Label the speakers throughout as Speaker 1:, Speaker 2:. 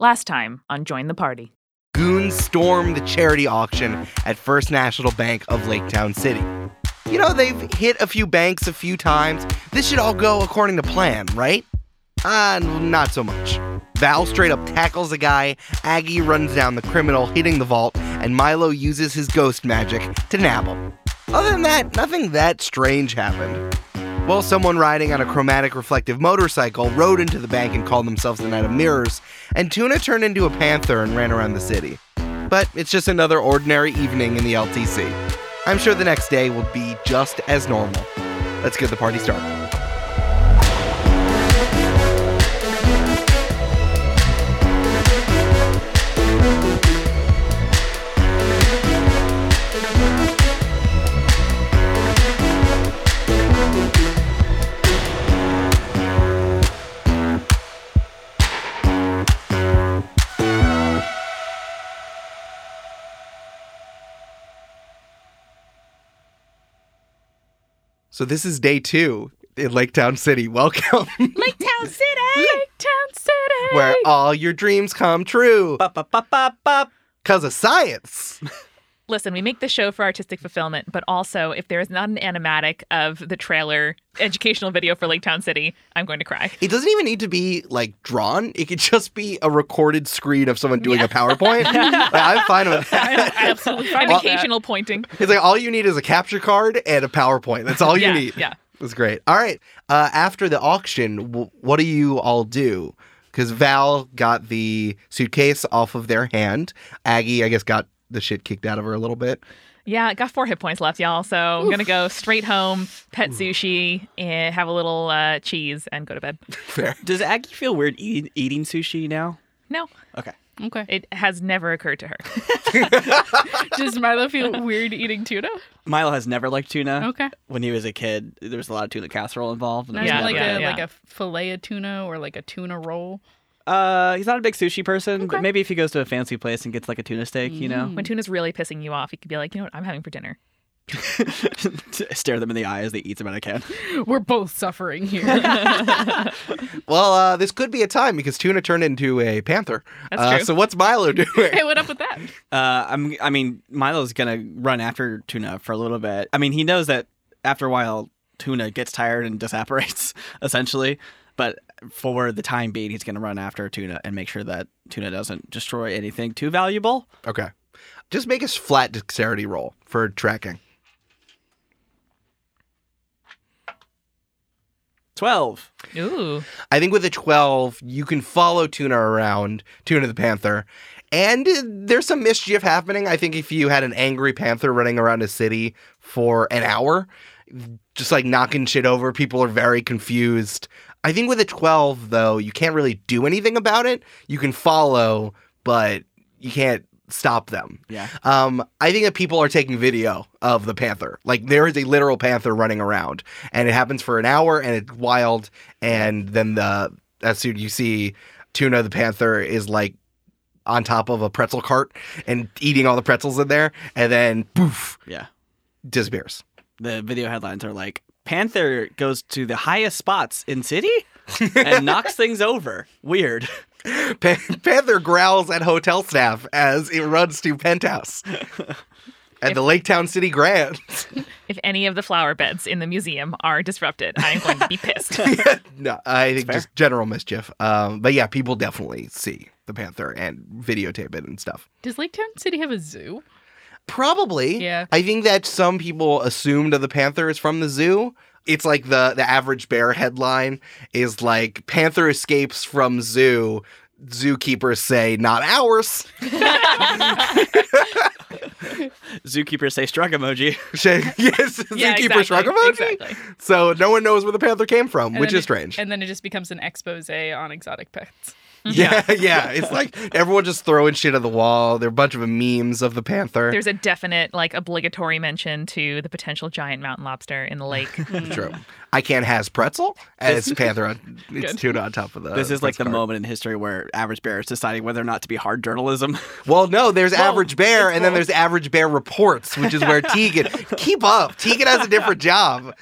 Speaker 1: Last time on Join the Party.
Speaker 2: Goons storm the charity auction at First National Bank of Lake Town City. You know, they've hit a few banks a few times. This should all go according to plan, right? Uh, not so much. Val straight up tackles a guy, Aggie runs down the criminal hitting the vault, and Milo uses his ghost magic to nab him. Other than that, nothing that strange happened. Well, someone riding on a chromatic reflective motorcycle rode into the bank and called themselves the Knight of Mirrors, and Tuna turned into a panther and ran around the city. But it's just another ordinary evening in the LTC. I'm sure the next day will be just as normal. Let's get the party started. So this is day two in Lake Town City. Welcome,
Speaker 1: Lake Town City! Lake Town City!
Speaker 2: where all your dreams come true.
Speaker 3: Bop, bop, bop, bop, bop.
Speaker 2: Cause of science.
Speaker 1: Listen, we make the show for artistic fulfillment, but also if there is not an animatic of the trailer educational video for Lake Town City, I'm going to cry.
Speaker 2: It doesn't even need to be like drawn. It could just be a recorded screen of someone doing a PowerPoint. Like, I'm fine with that.
Speaker 1: Absolutely. And
Speaker 2: Well-
Speaker 1: occasional pointing.
Speaker 2: It's like all you need is a capture card and a PowerPoint. That's all you
Speaker 1: Yeah,
Speaker 2: need.
Speaker 1: yeah.
Speaker 2: That's great. All right. Uh, after the auction, w- what do you all do? Because Val got the suitcase off of their hand. Aggie, I guess, got the shit kicked out of her a little bit.
Speaker 1: Yeah, I got four hit points left, y'all. So I'm going to go straight home, pet sushi, and have a little uh, cheese, and go to bed.
Speaker 2: Fair.
Speaker 3: Does Aggie feel weird eat- eating sushi now?
Speaker 1: No,
Speaker 3: Okay.
Speaker 4: Okay.
Speaker 1: it has never occurred to her.
Speaker 4: Does Milo feel weird eating tuna?
Speaker 3: Milo has never liked tuna.
Speaker 4: Okay.
Speaker 3: When he was a kid, there was a lot of tuna casserole involved. and there
Speaker 4: Not
Speaker 1: Yeah,
Speaker 3: was
Speaker 4: like
Speaker 3: never-
Speaker 4: a
Speaker 1: yeah.
Speaker 4: like a fillet of tuna or like a tuna roll.
Speaker 3: Uh, he's not a big sushi person, but
Speaker 4: Okay.
Speaker 3: maybe if he goes to a fancy place and gets like a tuna steak, you know,
Speaker 1: When tuna's really pissing you off, you could be like, you know what, I'm having for dinner.
Speaker 4: Mm.
Speaker 3: stare them in the eye as they eat them out of can.
Speaker 4: We're both suffering here.
Speaker 2: Well, uh, this could be a time because Tuna turned into a panther.
Speaker 1: That's
Speaker 2: uh,
Speaker 1: true.
Speaker 2: So what's Milo doing?
Speaker 4: hey, what up with that?
Speaker 3: Uh, I'm, I mean, Milo's gonna run after tuna for a little bit. I mean, he knows that after a while, tuna gets tired and disapparates essentially. But for the time being, he's gonna run after tuna and make sure that tuna doesn't destroy anything too valuable.
Speaker 2: okay. Just make a flat dexterity roll for tracking.
Speaker 3: 12.
Speaker 1: Ooh.
Speaker 2: I think with a 12, you can follow Tuna around, Tuna the Panther. And uh, there's some mischief happening. I think if you had an angry panther running around a city for an hour, just like knocking shit over, people are very confused. I think with a 12, though, you can't really do anything about it. You can follow, but you can't stop them.
Speaker 3: Yeah.
Speaker 2: Um, I think that people are taking video of the panther. Like there is a literal panther running around, and it happens for an hour, and it's wild. And then the as soon you see Tuna the panther is like on top of a pretzel cart and eating all the pretzels in there, and then poof
Speaker 3: Yeah.
Speaker 2: disappears.
Speaker 3: The video headlines are like Panther goes to the highest spots in city and knocks things over. Weird.
Speaker 2: Pa- panther growls at hotel staff as it runs to penthouse at the Lake Town City Grand.
Speaker 1: If any of the flower beds in the museum are disrupted, I'm going to be pissed.
Speaker 2: no, I think
Speaker 3: fair.
Speaker 2: just general mischief. Um, but yeah, people definitely see the panther and videotape it and stuff.
Speaker 4: Does Lake Town City have a zoo?
Speaker 2: Probably.
Speaker 4: Yeah.
Speaker 2: I think that some people assume that the panther is from the zoo. It's like the the average bear headline is like panther escapes from zoo. Zookeepers say not ours.
Speaker 3: Zookeepers say shrug emoji.
Speaker 2: yes, zookeeper shrug emoji.
Speaker 1: Exactly.
Speaker 2: So no one knows where the panther came from,
Speaker 4: And
Speaker 2: which
Speaker 4: then
Speaker 2: is
Speaker 4: it-
Speaker 2: strange.
Speaker 4: And then it just becomes an expose on exotic pets.
Speaker 2: yeah, yeah. It's like everyone just throwing shit at the wall. There are a bunch of memes of the panther.
Speaker 1: There's a definite, like, obligatory mention to the potential giant mountain lobster in the lake.
Speaker 2: True. I can't has pretzel as Panther. On, it's
Speaker 1: Good.
Speaker 2: tuna on top of the.
Speaker 3: this is like
Speaker 2: pretzel
Speaker 3: the
Speaker 2: cart.
Speaker 3: moment in history where average bear is deciding whether or not to be hard journalism.
Speaker 2: Well, no, there's average bear, and then there's average bear reports, which is where Tegan. keep up. Tegan has a different job.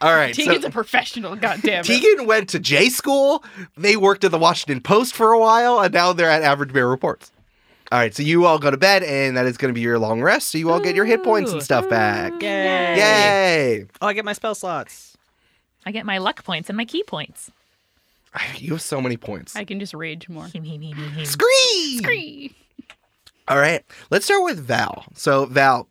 Speaker 2: All right. so-
Speaker 4: Tegan's a professional, goddamn it.
Speaker 2: Tegan went to J school. They worked at the Washington Post exist for a while, and now they're at average bear reports. All right, so you all go to bed, and that is going to be your long rest. So you all get your hit points and stuff back.
Speaker 3: Yay.
Speaker 2: Yay!
Speaker 3: Oh, I get my spell slots.
Speaker 1: I get my luck points and my key points.
Speaker 2: You have so many points.
Speaker 4: I can just rage more.
Speaker 1: Him, him, him, him, him.
Speaker 2: Scream!
Speaker 4: Cree.
Speaker 2: All right, let's start with Val. So Val,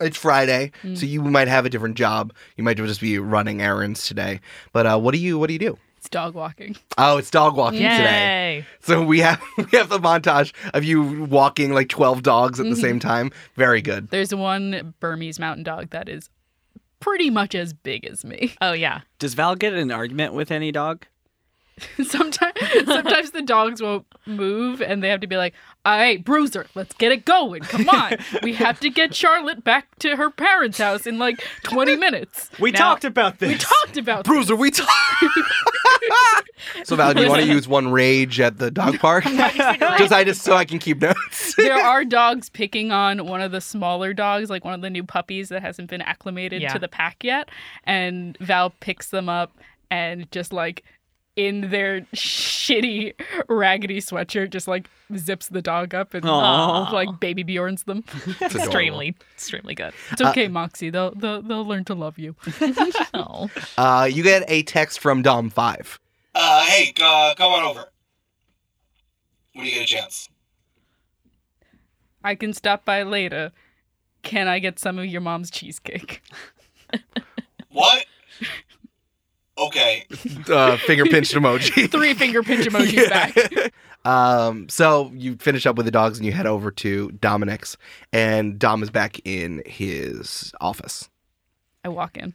Speaker 2: it's Friday, so you might have a different job. You might just be running errands today. But uh, what do you what do you do?
Speaker 4: It's dog walking.
Speaker 2: Oh, it's dog walking today.
Speaker 1: Yay.
Speaker 2: So we have we have the montage of you walking like twelve dogs at the same time. Very good.
Speaker 4: There's one Burmese mountain dog that is pretty much as big as me.
Speaker 1: Oh, yeah.
Speaker 3: Does Val get in an argument with any dog?
Speaker 4: sometimes sometimes the dogs won't move and they have to be like, "All right, Bruiser, let's get it going. Come on. We have to get Charlotte back to her parents' house in like 20 minutes."
Speaker 3: We
Speaker 4: Now-
Speaker 3: talked about this.
Speaker 4: We talked about
Speaker 2: Bruiser, we talk. so Val, do you want to use one rage at the dog park? just I just so I can keep notes.
Speaker 4: there are dogs picking on one of the smaller dogs, like one of the new puppies that hasn't been acclimated
Speaker 1: Yeah.
Speaker 4: to the pack yet. And Val picks them up and just like in their shitty raggedy sweatshirt, just like zips the dog up and
Speaker 3: Aw.
Speaker 4: like baby Bjorns them.
Speaker 2: It's adorable.
Speaker 1: Extremely, extremely good.
Speaker 4: It's
Speaker 2: Uh,
Speaker 4: okay, Moxie. They'll, they'll they'll learn to love you.
Speaker 1: Oh.
Speaker 2: Uh, you get a text from Dom Five.
Speaker 5: Uh, hey, uh, come on over. When you get a chance.
Speaker 4: I can stop by later. Can I get some of your mom's cheesecake?
Speaker 5: What? Okay.
Speaker 2: Uh, finger pinched emoji.
Speaker 4: Three finger pinch emojis back.
Speaker 2: Um, so you finish up with the dogs and you head over to Dominic's, and Dom is back in his office.
Speaker 4: I walk in.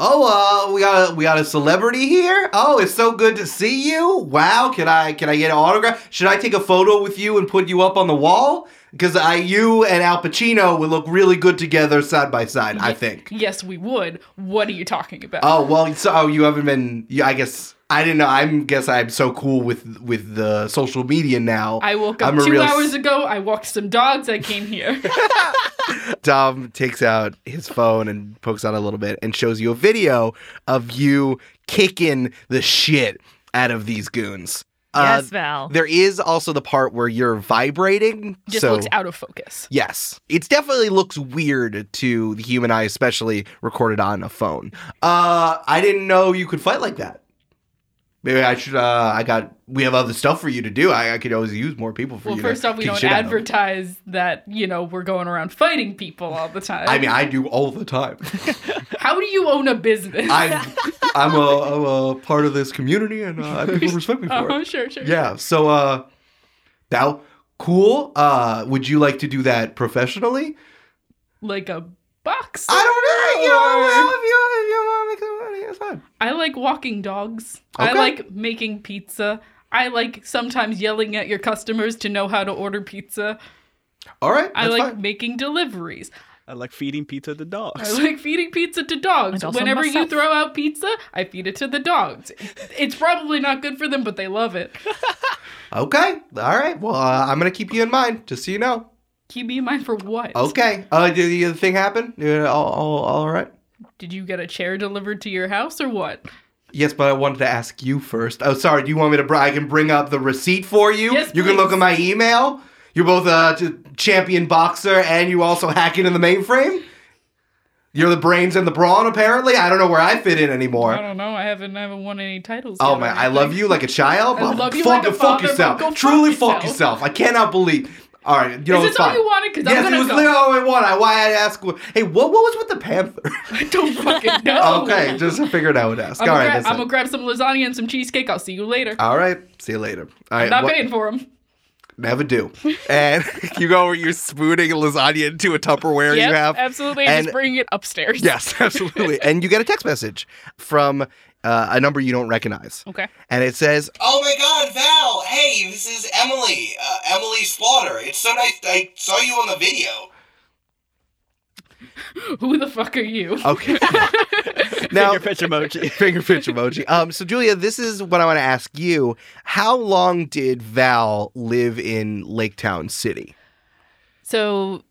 Speaker 2: Oh, uh, we got a, we got a celebrity here. Oh, it's so good to see you. Wow, can I can I get an autograph? Should I take a photo with you and put you up on the wall? Because I you and Al Pacino would look really good together side by side. I think.
Speaker 4: Yes, we would. What are you talking about?
Speaker 2: Oh well, so oh, you haven't been. you- I guess I didn't know. I guess I'm so cool with with the social media now.
Speaker 4: I woke up
Speaker 2: I'm a
Speaker 4: two
Speaker 2: real
Speaker 4: hours
Speaker 2: s-
Speaker 4: ago. I walked some dogs. I came here.
Speaker 2: Dom takes out his phone and pokes out a little bit and shows you a video of you kicking the shit out of these goons. Uh,
Speaker 1: yes, Val.
Speaker 2: There is also the part where you're vibrating.
Speaker 4: Just
Speaker 2: so
Speaker 4: looks out of focus.
Speaker 2: Yes. It definitely looks weird to the human eye, especially recorded on a phone. Uh I didn't know you could fight like that. Maybe I should uh I got we have other stuff for you to do. I, I could always use more people for
Speaker 4: Well,
Speaker 2: you. to
Speaker 4: first off, we
Speaker 2: kick
Speaker 4: don't
Speaker 2: shit out of.
Speaker 4: advertise that you know we're going around fighting people all the time.
Speaker 2: I mean, I do all the time.
Speaker 4: how do you own a business?
Speaker 2: I, I'm, a, I'm a part of this community, and uh, people respect me for
Speaker 4: oh,
Speaker 2: it.
Speaker 4: sure, sure.
Speaker 2: Yeah. So, uh, now, cool. Uh, would you like to do that professionally?
Speaker 4: like a box.
Speaker 2: I don't know. You know, if you if you want to make some money, that's fine.
Speaker 4: I like walking dogs. I
Speaker 2: Okay.
Speaker 4: like making pizza. I like sometimes yelling at your customers to know how to order pizza.
Speaker 2: All right.
Speaker 4: I
Speaker 2: that's
Speaker 4: like
Speaker 2: fine.
Speaker 4: making deliveries.
Speaker 3: I like feeding pizza to
Speaker 4: I
Speaker 3: dogs.
Speaker 4: like feeding pizza to dogs.
Speaker 1: And also
Speaker 4: Whenever you
Speaker 1: myself.
Speaker 4: throw out pizza, I feed it to the dogs. It's probably not good for them, but they love it.
Speaker 2: Okay. All right. Well, uh, I'm gonna keep you in mind, just so you know.
Speaker 4: Keep me in mind for what?
Speaker 2: Okay. Uh, did the other thing happen? Yeah, all, all, all right.
Speaker 4: Did you get a chair delivered to your house or what?
Speaker 2: Yes, but I wanted to ask you first. Oh, sorry. Do you want me to? Br- I can bring up the receipt for you.
Speaker 4: Yes,
Speaker 2: you can look
Speaker 4: please.
Speaker 2: at my email. You're both a t- champion boxer, and you also hack into the mainframe. You're the brains and the brawn, apparently. I don't know where I fit in
Speaker 4: I
Speaker 2: anymore.
Speaker 4: don't know. I haven't I haven't won any titles.
Speaker 2: Oh
Speaker 4: yet or
Speaker 2: man, I
Speaker 4: anything.
Speaker 2: love you like a child.
Speaker 4: I
Speaker 2: but
Speaker 4: love you
Speaker 2: fuck,
Speaker 4: like a
Speaker 2: go fuck
Speaker 4: father,
Speaker 2: yourself.
Speaker 4: but go fuck
Speaker 2: Truly fuck
Speaker 4: yourself.
Speaker 2: yourself. I cannot believe. All right, you know
Speaker 4: Is
Speaker 2: it's
Speaker 4: this all
Speaker 2: fine.
Speaker 4: you wanted? Because
Speaker 2: Yes,
Speaker 4: I'm
Speaker 2: it was
Speaker 4: gonna
Speaker 2: literally
Speaker 4: go.
Speaker 2: all I wanted. Why I asked? Hey, what what was with the panther?
Speaker 4: I don't fucking know.
Speaker 2: okay, just figured I would ask.
Speaker 4: I'm,
Speaker 2: all
Speaker 4: gonna,
Speaker 2: right,
Speaker 4: gra-
Speaker 2: that's
Speaker 4: I'm
Speaker 2: it.
Speaker 4: gonna grab some lasagna and some cheesecake. I'll see you later.
Speaker 2: All right, see you later. All
Speaker 4: I'm
Speaker 2: right,
Speaker 4: not
Speaker 2: what-
Speaker 4: paying for them.
Speaker 2: Never do. And you go over, you're spooning lasagna into a Tupperware you have.
Speaker 4: absolutely.
Speaker 2: and-
Speaker 4: just bringing it upstairs.
Speaker 2: Yes, absolutely. and you get a text message from uh, a number you don't recognize.
Speaker 4: Okay.
Speaker 2: And it says,
Speaker 5: Oh my god, Val! Hey, this is Emily. Uh, Emily Slaughter. It's so nice. I saw you on the video.
Speaker 4: Who the fuck are you?
Speaker 2: okay. now,
Speaker 3: Finger pitch emoji.
Speaker 2: finger pinch emoji. Um, so, Julia, this is what I want to ask you. How long did Val live in Lake Town City?
Speaker 4: So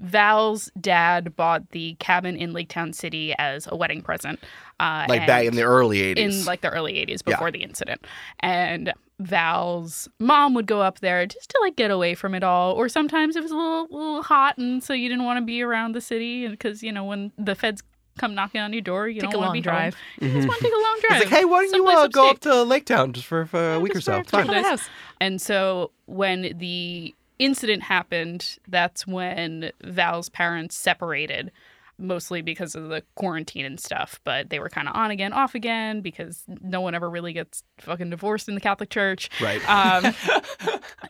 Speaker 4: Val's dad bought the cabin in Lake Town City as a wedding present. Uh,
Speaker 2: Like back in
Speaker 4: and-
Speaker 2: the early 80s.
Speaker 4: in like the early 80s
Speaker 2: Yeah.
Speaker 4: before the incident. And Val's mom would go up there just to like get away from it all. Or sometimes it was a little, little hot, and so you didn't want to be around the city, and because you know when the feds come knocking on your door, you
Speaker 1: Take a
Speaker 4: don't want to
Speaker 1: long
Speaker 4: be
Speaker 1: drive.
Speaker 4: Home. You just want to take a long drive.
Speaker 2: Mm-hmm. It's like, hey, why don't you
Speaker 4: Someplace
Speaker 2: uh, go up
Speaker 4: upstate.
Speaker 2: to Laketown just for, for a week or
Speaker 4: just
Speaker 2: so?
Speaker 4: for a
Speaker 2: It's fine.
Speaker 4: couple And so when the incident happened, that's when Val's parents separated, mostly because of the quarantine and stuff. But they were kind of on again, off again, because no one ever really gets fucking divorced in the Catholic Church.
Speaker 2: Right.
Speaker 4: Um,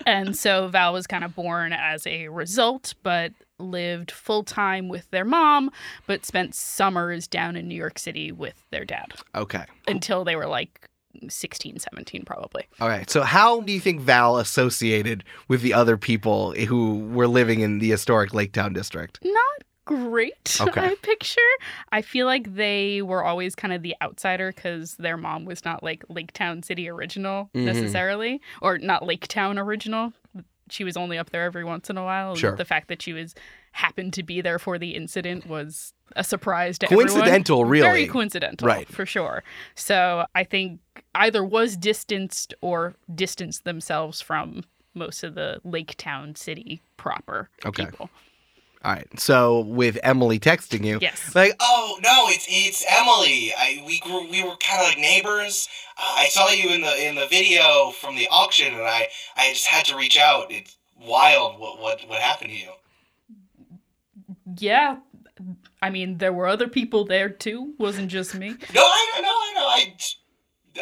Speaker 4: and so Val was kind of born as a result, but lived full time with their mom, but spent summers down in New York City with their dad
Speaker 2: Okay.
Speaker 4: until they were like 16, 17, probably.
Speaker 2: All right. So, how do you think Val associated with the other people who were living in the historic Laketown district?
Speaker 4: not great
Speaker 2: Okay.
Speaker 4: i picture i feel like they were always kind of the outsider because their mom was not like lake town city original
Speaker 2: Mhm.
Speaker 4: necessarily or not lake town original she was only up there every once in a while and
Speaker 2: Sure.
Speaker 4: the fact that she was happened to be there for the incident was a surprise to everyone
Speaker 2: Coincidental, really.
Speaker 4: very coincidental
Speaker 2: Right.
Speaker 4: for sure so i think either was distanced or distanced themselves from most of the lake town city proper
Speaker 2: Okay.
Speaker 4: people
Speaker 2: All right. So, with Emily texting you,
Speaker 4: yes
Speaker 2: like,
Speaker 5: Oh no, it's it's Emily. I we grew, we were kind of like neighbors. Uh, I saw you in the in the video from the auction, and I I just had to reach out. It's wild what what what happened to you.
Speaker 4: Yeah. I mean, there were other people there too. Wasn't just me.
Speaker 5: No, I know, no, I know. I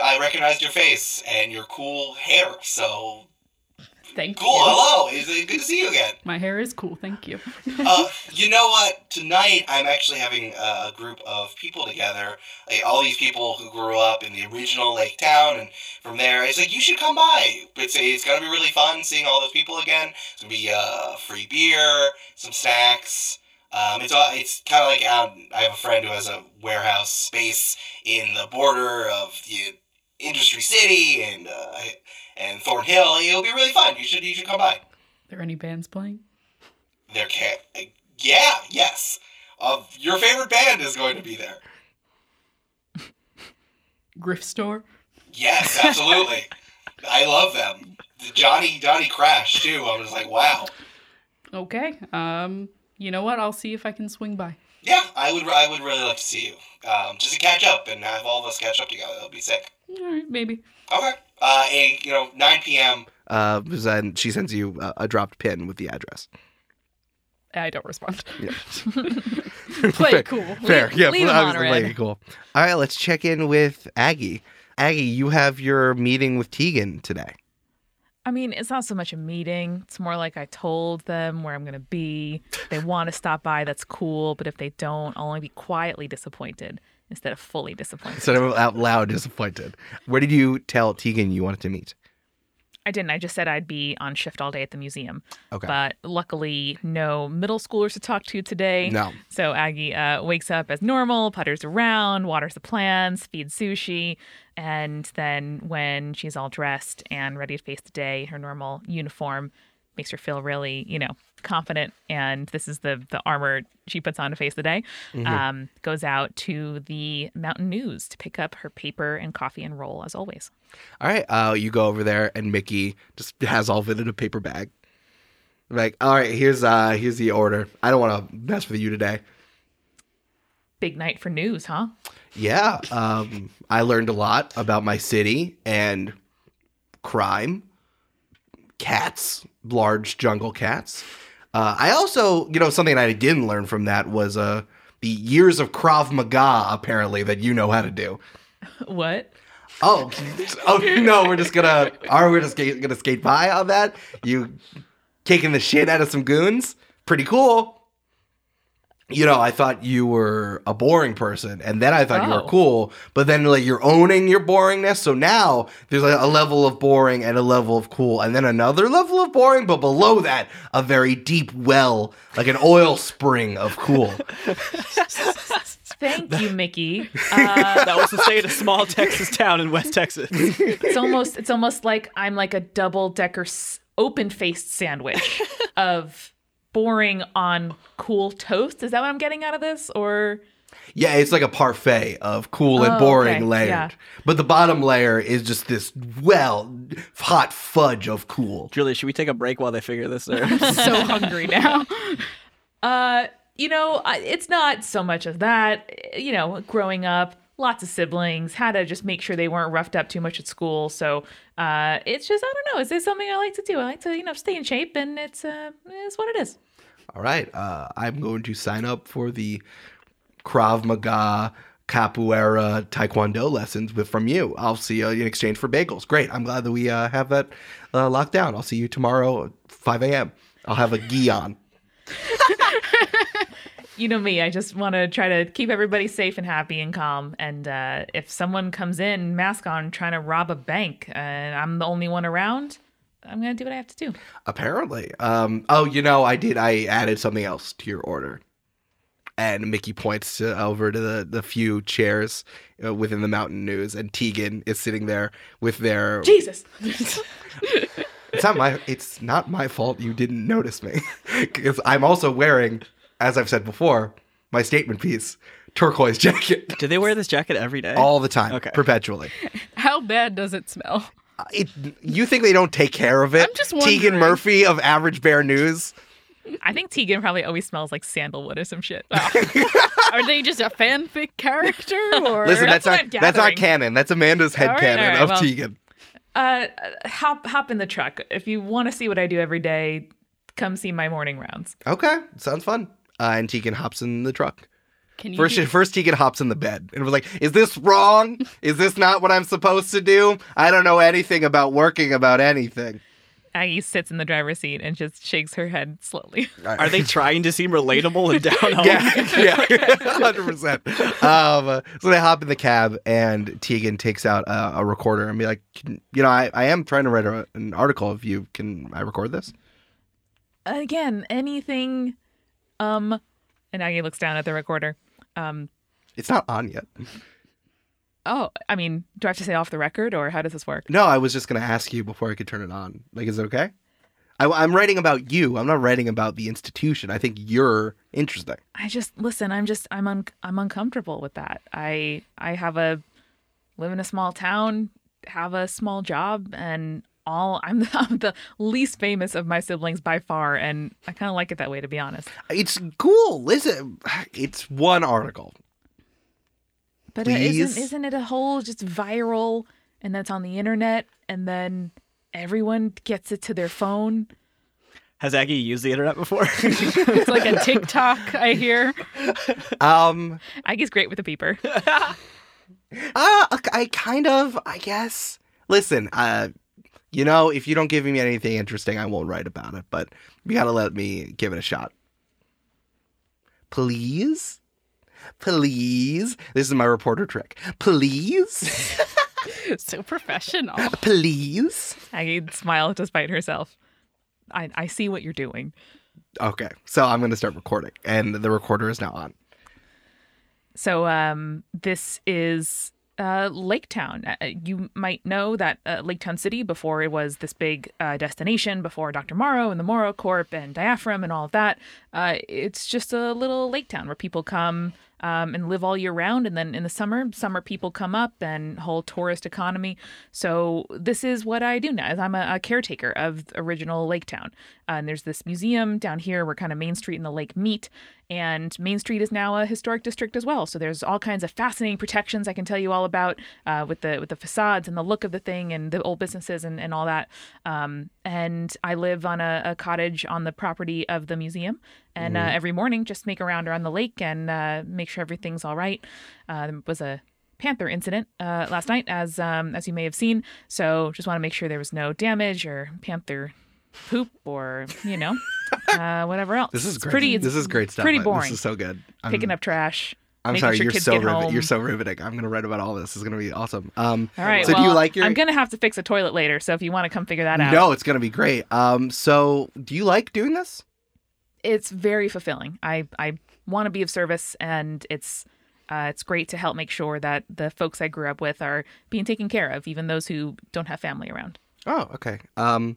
Speaker 5: I recognized your face and your cool hair. So
Speaker 4: Thank
Speaker 5: cool.
Speaker 4: you.
Speaker 5: Hello, it's uh, good to see you again.
Speaker 4: My hair is cool. Thank you.
Speaker 5: uh, you know what? Tonight I'm actually having a, a group of people together. Like all these people who grew up in the original Lake Town, and from there, it's like you should come by. It's it's gonna be really fun seeing all those people again. It's gonna be uh, free beer, some snacks. Um, it's all, it's kind of like um, I have a friend who has a warehouse space in the border of the industry city and uh, and Thornhill. It'll be really fun. You should you should come by.
Speaker 4: there any bands playing?
Speaker 5: There can Yeah, yes. Uh, your favorite band is going to be there.
Speaker 4: Griff Store?
Speaker 5: Yes, absolutely. I love them. The Johnny Johnny Crash too. I was like, wow.
Speaker 4: Okay. Um, you know what? I'll see if I can swing by.
Speaker 5: Yeah, I would I would really love to see you. Um, just to catch up and have all of us catch up together. That'll be sick.
Speaker 4: All right, maybe.
Speaker 5: Okay. Uh, a you know 9 p.m.
Speaker 2: uh, then she sends you a, a dropped pin with the address.
Speaker 4: I don't respond.
Speaker 2: Yeah.
Speaker 4: Play it cool.
Speaker 2: Fair. yeah.
Speaker 1: leave
Speaker 2: well,
Speaker 1: them on red.
Speaker 2: obviously, like, cool. All right. Let's check in with Aggie. Aggie, you have your meeting with Tegan today.
Speaker 1: I mean, it's not so much a meeting. It's more like I told them where I'm going to be. If they want to stop by, that's cool. But if they don't, I'll only be quietly disappointed instead of fully disappointed.
Speaker 2: Instead of out loud disappointed. Where did you tell Tegan you wanted to meet?
Speaker 1: I didn't. I just said I'd be on shift all day at the museum.
Speaker 2: Okay.
Speaker 1: But luckily, no middle schoolers to talk to today.
Speaker 2: No.
Speaker 1: So Aggie uh, wakes up as normal, putters around, waters the plants, feeds sushi, and then when she's all dressed and ready to face the day, her normal uniform makes her feel really, you know, confident. And this is the the armor she puts on to face the day. Um, goes out to the Mountain News to pick up her paper and coffee and roll, as always.
Speaker 2: All right. Uh, you go over there, and Mickey just has all of it in a paper bag. Like, all right, here's uh, here's the order. I don't want to mess with you today.
Speaker 1: Big night for news, huh?
Speaker 2: Yeah, um, I learned a lot about my city and crime, cats, large jungle cats. Uh, I also, you know, something I didn't learn from that was uh, the years of Krav Maga, apparently, that you know how to do.
Speaker 1: What?
Speaker 2: Oh, oh no, we're just gonna are we just ga- gonna skate by on that? You kicking the shit out of some goons? Pretty cool. You know, I thought you were a boring person, and then I thought you
Speaker 1: Oh.
Speaker 2: were cool, but then like you're owning your boringness. So now there's like, a level of boring and a level of cool, and then another level of boring, but below that, a very deep well, like an oil spring of cool.
Speaker 1: Thank you, Mickey. Uh,
Speaker 3: That was the state of small Texas town in West Texas.
Speaker 1: it's almost it's almost like I'm like a double decker s- open faced sandwich of boring on cool toast. Is that what I'm getting out of this? Or
Speaker 2: Yeah, it's like a parfait of cool and
Speaker 1: Oh,
Speaker 2: boring
Speaker 1: okay.
Speaker 2: layered.
Speaker 1: Yeah.
Speaker 2: But the bottom layer is just this well hot fudge of cool.
Speaker 3: Julie, should we take a break while they figure this out?
Speaker 4: I'm so hungry now.
Speaker 1: Uh, you know, I- it's not so much of that. Eh, You know, growing up, lots of siblings, had to just make sure they weren't roughed up too much at school. So uh, it's just, I don't know, it's just something I like to do. I like to, you know, stay in shape, and it's, uh, it's what it is.
Speaker 2: All right, uh, I'm going to sign up for the Krav Maga capoeira taekwondo lessons with from you. I'll see you in exchange for bagels. Great. I'm glad that we uh, have that uh, locked down. I'll see you tomorrow at 5 a.m. I'll have a gi on.
Speaker 1: You know me, I just want to try to keep everybody safe and happy and calm. And uh, if someone comes in, mask on, trying to rob a bank, and I'm the only one around, I'm going to do what I have to do.
Speaker 2: Apparently. Um, oh, you know, I did. I added something else to your order. And Mickey points to, over to the, the few chairs uh, within the Mountain News, and Tegan is sitting there with their.
Speaker 1: Jesus.
Speaker 2: It's not my. It's not my fault you didn't notice me, because I'm also wearing, as I've said before, my statement piece turquoise jacket
Speaker 3: Do they wear this jacket every day?
Speaker 2: all the time,
Speaker 3: Okay.
Speaker 2: perpetually. Uh,
Speaker 4: How bad does it smell?
Speaker 2: It, you think they don't take care of it?
Speaker 4: I'm just
Speaker 2: Tegan
Speaker 4: wondering.
Speaker 2: Murphy of Average Bear News.
Speaker 1: I think Tegan probably always smells like sandalwood or some shit.
Speaker 4: Are they just a fanfic character or
Speaker 2: Listen, that's,
Speaker 1: That's what
Speaker 2: not
Speaker 1: I'm
Speaker 2: that's not
Speaker 1: gathering.
Speaker 2: canon. That's Amanda's head
Speaker 1: All right, all
Speaker 2: canon
Speaker 1: right,
Speaker 2: of
Speaker 1: well.
Speaker 2: Tegan.
Speaker 1: uh, hop hop in the truck if you want to see what I do every day. Come see my morning rounds.
Speaker 2: Okay, sounds fun. Uh, and Tegan hops in the truck.
Speaker 4: can you
Speaker 2: First,
Speaker 4: do-
Speaker 2: first Tegan hops in the bed and was like, "Is this wrong? Is this not what I'm supposed to do? I don't know anything about working about anything."
Speaker 1: Aggie sits in the driver's seat and just shakes her head slowly.
Speaker 3: Are they trying to seem relatable and down home?
Speaker 2: yeah, yeah, hundred percent. Um, so they hop in the cab, and Tegan takes out a, a recorder and be like, "Can- "You know, I, I am trying to write a, an article. If you can, I record this."
Speaker 1: Again, anything. Um, and Aggie looks down at the recorder. Um,
Speaker 2: It's not on yet.
Speaker 1: oh, I mean, do I have to say off the record or how does this work?
Speaker 2: No, I was just gonna ask you before I could turn it on. Like, is it okay? I, I'm writing about you. I'm not writing about the institution. I think you're interesting.
Speaker 1: I just listen. I'm just I'm un- I'm uncomfortable with that. I I have a live in a small town, have a small job, and all I'm the, I'm the least famous of my siblings by far, and I kind of like it that way to be honest.
Speaker 2: It's cool. Listen, it's one article.
Speaker 1: But it
Speaker 2: Please?
Speaker 1: isn't isn't it a whole just viral, and that's on the internet, and then everyone gets it to their phone.
Speaker 3: Has Aggie used the internet before?
Speaker 4: it's like a TikTok, I hear.
Speaker 2: Um,
Speaker 1: Aggie's great with a beeper.
Speaker 2: Uh, I- I kind of, I guess. Listen, uh, you know, if you don't give me anything interesting, I won't write about it, but you gotta let me give it a shot. Please? Please? This is my reporter trick. Please?
Speaker 4: So professional.
Speaker 2: Please?
Speaker 1: Aggie smiles despite herself. I I see what you're doing.
Speaker 2: Okay, so I'm gonna start recording, and the recorder is now on.
Speaker 1: So um, this is uh, Lake Town. Uh, you might know that uh, Lake Town City, before it was this big uh, destination, before Dr. Morrow and the Morrow Corp and Diaphragm and all of that, uh, it's just a little lake town where people come um, and live all year round. And then in the summer, summer people come up and whole tourist economy. So this is what I do now. Is I'm a, a caretaker of the original Lake Town. Uh, and there's this museum down here where kind of Main Street and the lake meet. And Main Street is now a historic district as well. So there's all kinds of fascinating protections I can tell you all about uh, with the with the facades and the look of the thing and the old businesses and, and all that. Um, and I live on a, a cottage on the property of the museum. And uh, every morning, just make a round around the lake and uh, make sure everything's all right. Uh, there was a panther incident uh, last night, as um, as you may have seen. So just want to make sure there was no damage or panther poop or you know uh, whatever else.
Speaker 2: This is
Speaker 1: It's
Speaker 2: great.
Speaker 1: pretty. It's
Speaker 2: this is great stuff.
Speaker 1: Pretty
Speaker 2: I-
Speaker 1: boring.
Speaker 2: This is so good. I'm,
Speaker 1: picking up trash.
Speaker 2: I'm
Speaker 1: making
Speaker 2: sorry,
Speaker 1: sure
Speaker 2: you're
Speaker 1: kids
Speaker 2: so
Speaker 1: get
Speaker 2: riveting.
Speaker 1: Home.
Speaker 2: You're so riveting. I'm gonna write about all this. It's gonna be awesome. Um,
Speaker 1: All right.
Speaker 2: So
Speaker 1: well,
Speaker 2: do you like your?
Speaker 1: I'm gonna have to fix a toilet later. So if you want to come figure that out,
Speaker 2: No, it's gonna be great. Um, so do you like doing this?
Speaker 1: it's very fulfilling. I I want to be of service, and it's uh, it's great to help make sure that the folks I grew up with are being taken care of, even those who don't have family around.
Speaker 2: Oh, okay. Um,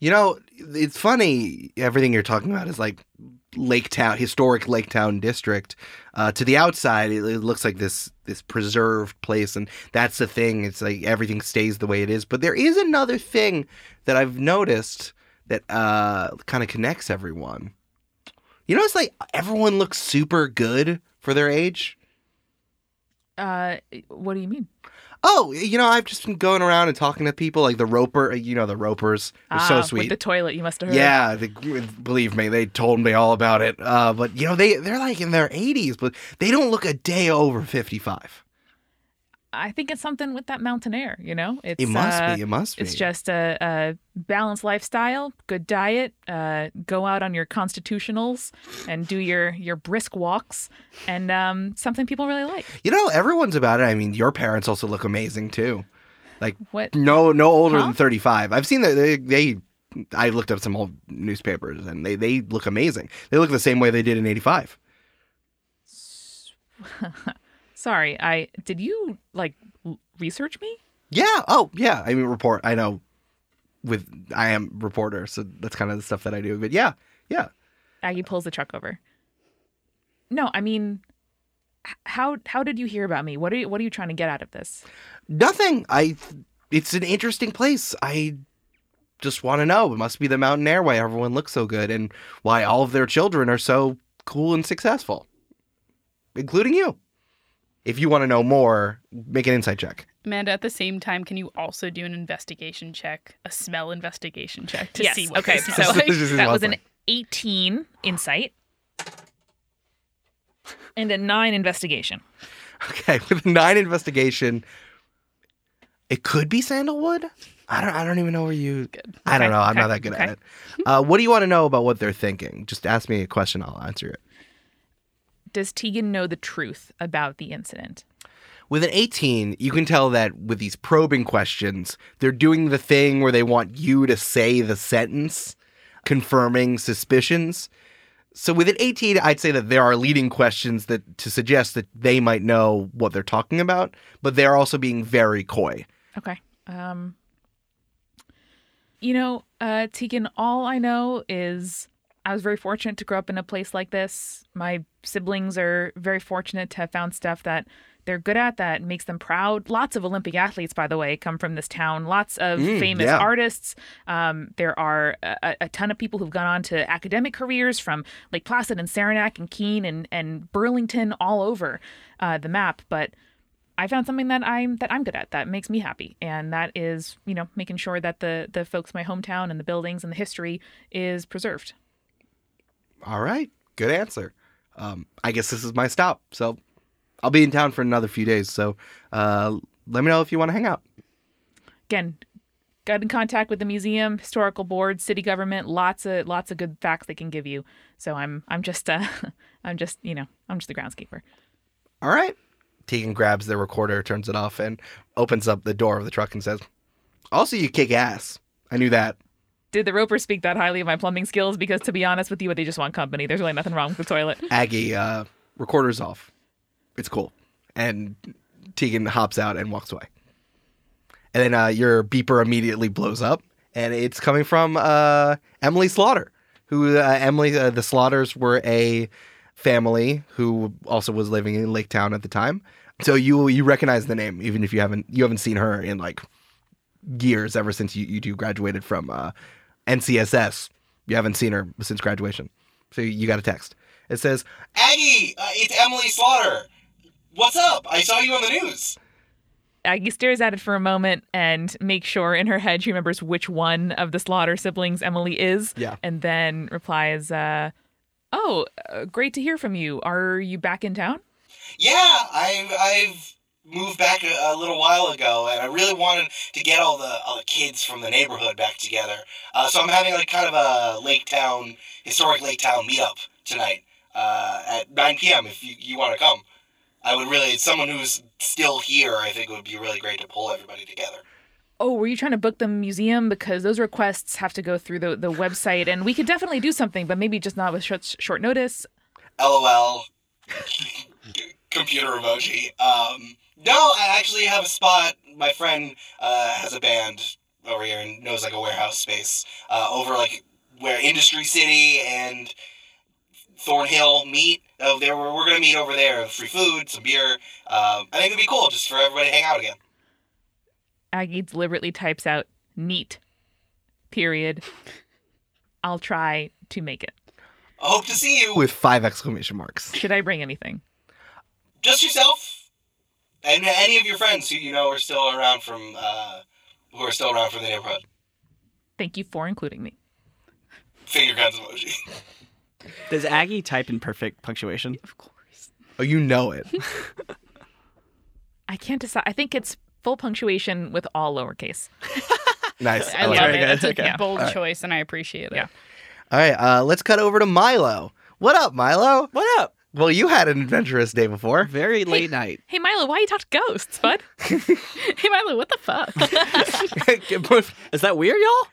Speaker 2: you know, it's funny. Everything you're talking about is like Lake Town, historic Lake Town district. Uh, to the outside, it, it looks like this this preserved place, and that's the thing. It's like everything stays the way it is. But there is another thing that I've noticed that uh, kind of connects everyone. You notice like everyone looks super good for their age.
Speaker 1: Uh, what do you mean?
Speaker 2: Oh, you know, I've just been going around and talking to people like the Roper. You know, the Ropers. They're
Speaker 1: Ah,
Speaker 2: so
Speaker 1: With
Speaker 2: sweet.
Speaker 1: the toilet, you must have heard.
Speaker 2: Yeah, the, believe me, they told me all about it. Uh, but you know, they they're like in their 80s, but they don't look a day over 55.
Speaker 1: I think it's something with that mountain air. You know, it's
Speaker 2: It must
Speaker 1: uh,
Speaker 2: be. It must be.
Speaker 1: It's just a, a balanced lifestyle, good diet, uh, go out on your constitutionals and do your, your brisk walks, and um, something people really like.
Speaker 2: you know, everyone's about it. I mean, your parents also look amazing too.
Speaker 1: What?
Speaker 2: No, no older
Speaker 1: Huh?
Speaker 2: than 35. I've seen that they, they. I looked up some old newspapers, and they they look amazing. They look the same way they did in 85.
Speaker 1: Sorry, I did you like l- research me?
Speaker 2: Yeah. Oh, yeah. I mean, report. I know. With I am reporter, so that's kind of the stuff that I do. But yeah, yeah.
Speaker 1: Aggie Ah, pulls the truck over. No, I mean, h- how how did you hear about me? What are you what are you trying to get out of this?
Speaker 2: Nothing. I. It's an interesting place. I just want to know. It must be the mountain air why everyone looks so good and why all of their children are so cool and successful, including you. If you want to know more, make an insight check.
Speaker 4: Amanda, at the same time, can you also do an investigation check, a smell investigation check to
Speaker 1: yes.
Speaker 4: see what
Speaker 1: okay.
Speaker 4: this
Speaker 1: So
Speaker 4: smells like?
Speaker 2: This is
Speaker 1: that was an
Speaker 2: lovely.
Speaker 1: 18 insight and a 9 investigation.
Speaker 2: Okay, with nine investigation, it could be sandalwood. I don't. I don't even know where you. I don't
Speaker 1: Okay,
Speaker 2: know. I'm not
Speaker 1: okay,
Speaker 2: that good
Speaker 1: okay.
Speaker 2: at it. Uh, what do you want to know about what they're thinking? Just ask me a question. I'll answer it.
Speaker 1: Does Tegan know the truth about the incident?
Speaker 2: With an 18, you can tell that with these probing questions, they're doing the thing where they want you to say the sentence, confirming suspicions. So with an 18, I'd say that there are leading questions that to suggest that they might know what they're talking about, but they're also being very coy.
Speaker 1: Okay. Um You know, uh Tegan, all I know is I was very fortunate to grow up in a place like this. My siblings are very fortunate to have found stuff that they're good at that makes them proud. Lots of Olympic athletes, by the way, come from this town. Lots of
Speaker 2: Mm,
Speaker 1: famous
Speaker 2: yeah.
Speaker 1: artists. Um, there are a, a ton of people who've gone on to academic careers from Lake Placid and Saranac and Keene and, and Burlington all over uh, the map. But I found something that I'm that I'm good at that makes me happy, and that is you know making sure that the the folks, in my hometown, and the buildings and the history is preserved.
Speaker 2: All right, good answer. Um, I guess this is my stop. So I'll be in town for another few days. So uh, let me know if you want to hang out.
Speaker 1: Again, got in contact with the museum, historical board, city government, lots of lots of good facts they can give you. So I'm I'm just uh I'm just you know I'm just the groundskeeper.
Speaker 2: All right. Tegan grabs the recorder, turns it off, and opens up the door of the truck and says, Also, you kick ass. I knew that.
Speaker 1: Did the Roper speak that highly of my plumbing skills? Because to be honest with you, they just want company. There's really nothing wrong with the toilet.
Speaker 2: Aggie, uh, recorder's off. It's cool. And Tegan hops out and walks away. And then uh, your beeper immediately blows up, and it's coming from uh, Emily Slaughter, who uh, Emily uh, the Slaughters were a family who also was living in Lake Town at the time. So you you recognize the name, even if you haven't you haven't seen her in like years ever since you, you two graduated from uh, NCSS. You haven't seen her since graduation, so you got a text. It says,
Speaker 5: Aggie, uh, it's Emily Slaughter. What's up? I saw you on the news.
Speaker 1: Aggie stares at it for a moment and makes sure in her head she remembers which one of the Slaughter siblings Emily is.
Speaker 2: Yeah.
Speaker 1: And then replies, uh, Oh, uh, great to hear from you. Are you back in town?
Speaker 5: Yeah, I, I've moved back a, a little while ago, and I really wanted to get all the all the kids from the neighborhood back together. Uh, so I'm having like kind of a Lake Town historic Lake Town meetup tonight uh, at 9 p.m. If you, you want to come, I would really. Someone who's still here, I think, it would be really great to pull everybody together.
Speaker 1: Oh, were you trying to book the museum? Because those requests have to go through the, the website, and we could definitely do something, but maybe just not with such short notice.
Speaker 5: LOL. Computer emoji. Um, no, I actually have a spot. My friend uh, has a band over here and knows like a warehouse space uh, over like where Industry City and Thornhill meet. Oh, there we're, we're gonna meet over there. Free food, some beer. Um, I think it'd be cool just for everybody to hang out again.
Speaker 1: Aggie deliberately types out neat, period. I'll try to make it.
Speaker 5: I hope to see you.
Speaker 2: With five exclamation marks.
Speaker 1: Should I bring anything?
Speaker 5: just yourself and any of your friends who you know are still around from uh, who are still around from the neighborhood.
Speaker 1: Thank you for including me.
Speaker 5: Finger guns emoji.
Speaker 3: Does Aggie type in perfect punctuation?
Speaker 4: Of course.
Speaker 2: Oh, you know it.
Speaker 1: I can't decide. I think it's full punctuation with all lowercase.
Speaker 2: Nice.
Speaker 4: I
Speaker 2: like
Speaker 4: love
Speaker 3: very
Speaker 4: it.
Speaker 3: good.
Speaker 4: It's a
Speaker 3: Okay.
Speaker 4: bold
Speaker 2: All right.
Speaker 4: choice, and I appreciate it.
Speaker 1: Yeah.
Speaker 2: All right, uh, let's cut over to Milo. What up, Milo?
Speaker 3: What up?
Speaker 2: Well, you had an adventurous day before.
Speaker 3: Very late night.
Speaker 1: Hey, Milo, why you talk to ghosts, bud?
Speaker 4: Hey, Milo, what the fuck?
Speaker 3: Is that weird, y'all?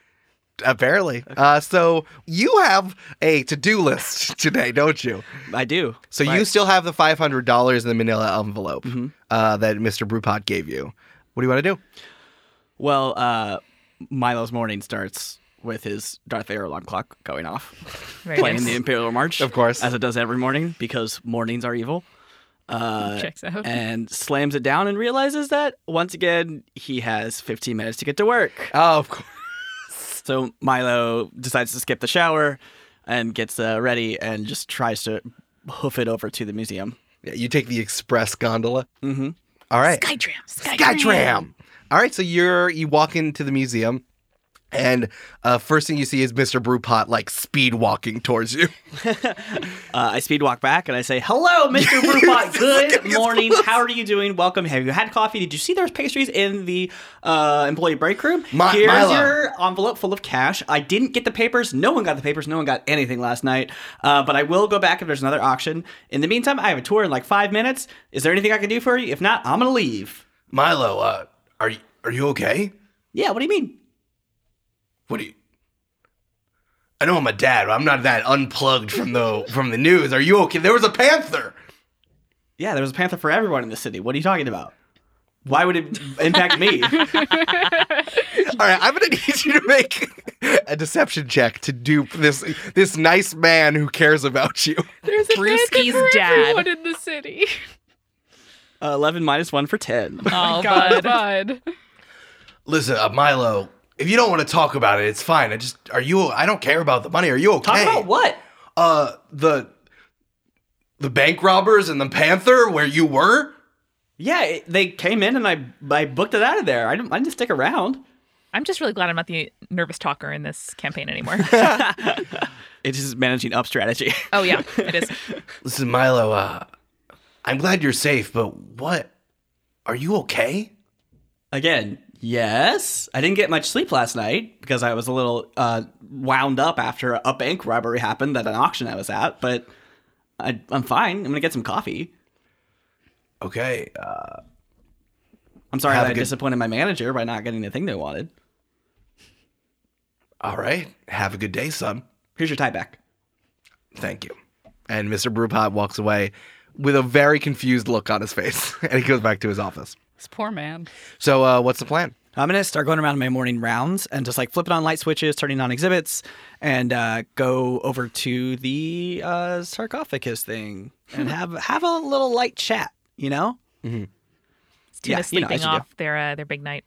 Speaker 2: Apparently. Uh, so you have a to-do list today, don't you?
Speaker 3: I do.
Speaker 2: So you
Speaker 3: Right.
Speaker 2: still have the five hundred dollars in the Manila envelope
Speaker 3: Mhm.
Speaker 2: uh, that Mr. Brewpot gave you. What do you want to do?
Speaker 3: Well, uh, Milo's morning starts with his Darth Vader alarm clock going off,
Speaker 1: Very
Speaker 3: playing
Speaker 1: nice.
Speaker 3: the Imperial March,
Speaker 2: Of course.
Speaker 3: as it does every morning because mornings are evil. Uh,
Speaker 4: Checks out.
Speaker 3: and slams it down and realizes that once again he has 15 minutes to get to work.
Speaker 2: Oh, of course.
Speaker 3: So Milo decides to skip the shower and gets uh, ready and just tries to hoof it over to the museum.
Speaker 2: Yeah, you take the express gondola.
Speaker 3: Mm-hmm.
Speaker 2: All right.
Speaker 1: Skytram. Skytram.
Speaker 2: Skytram. All right, so you're you walk into the museum, and uh, first thing you see is Mr. Brewpot like speed walking towards you.
Speaker 3: Uh, I speed walk back and I say, "Hello, Mr. Brewpot. Good morning. How are you doing? Welcome. Have you had coffee? Did you see there's pastries in the uh, employee break room?
Speaker 2: Mi-
Speaker 3: Here's
Speaker 2: Milo.
Speaker 3: your envelope full of cash. I didn't get the papers. No one got the papers. No one got anything last night. Uh, but I will go back if there's another auction. In the meantime, I have a tour in like five minutes. Is there anything I can do for you? If not, I'm gonna leave.
Speaker 2: Milo, uh, are you are you okay?
Speaker 3: Yeah. What do you mean?
Speaker 2: What do you? I know I'm a dad, but I'm not that unplugged from the from the news. Are you okay? There was a panther.
Speaker 3: Yeah, there was a panther for everyone in the city. What are you talking about? Why would it impact me?
Speaker 2: All right, I'm gonna need you to make a deception check to dupe this this nice man who cares about you.
Speaker 4: There's a
Speaker 1: Brewski's
Speaker 4: Brewski's for
Speaker 1: dad.
Speaker 4: everyone in the city.
Speaker 3: Uh, Eleven minus one for ten.
Speaker 1: Oh, bud.
Speaker 4: God, bud.
Speaker 2: Listen, uh, Milo, if you don't want to talk about it, it's fine. I just are you? I don't care about the money. Are you okay?
Speaker 3: Talk about what?
Speaker 2: Uh, the the bank robbers and the panther where you were.
Speaker 3: Yeah, it, they came in and I I booked it out of there. I didn't, I didn't stick around.
Speaker 1: I'm just really glad I'm not the nervous talker in this campaign anymore.
Speaker 3: It is managing up strategy.
Speaker 1: oh, yeah, it is.
Speaker 2: Listen, Milo. Uh, I'm glad you're safe, but what? Are you okay?
Speaker 3: Again, yes, I didn't get much sleep last night because I was a little uh, wound up after a bank robbery happened at an auction I was at. But I, I'm fine. I'm gonna get some coffee.
Speaker 2: Okay. Uh,
Speaker 3: I'm sorry
Speaker 2: Have
Speaker 3: that
Speaker 2: a
Speaker 3: I
Speaker 2: good-
Speaker 3: disappointed my manager by not getting the thing they wanted.
Speaker 2: all right. Have a good day, son.
Speaker 3: Here's your tie back.
Speaker 2: Thank you. And Mr. Brewpot walks away with a very confused look on his face, and he goes back to his office.
Speaker 4: This poor man.
Speaker 2: So, uh, what's the plan?
Speaker 3: I'm gonna start going around my morning rounds and just like flipping on light switches, turning on exhibits, and uh, go over to the uh, sarcophagus thing and have have a little light chat. You know,
Speaker 1: Tuna
Speaker 3: Yeah, you know,
Speaker 1: sleeping
Speaker 3: I should do.
Speaker 1: off their uh, their big night.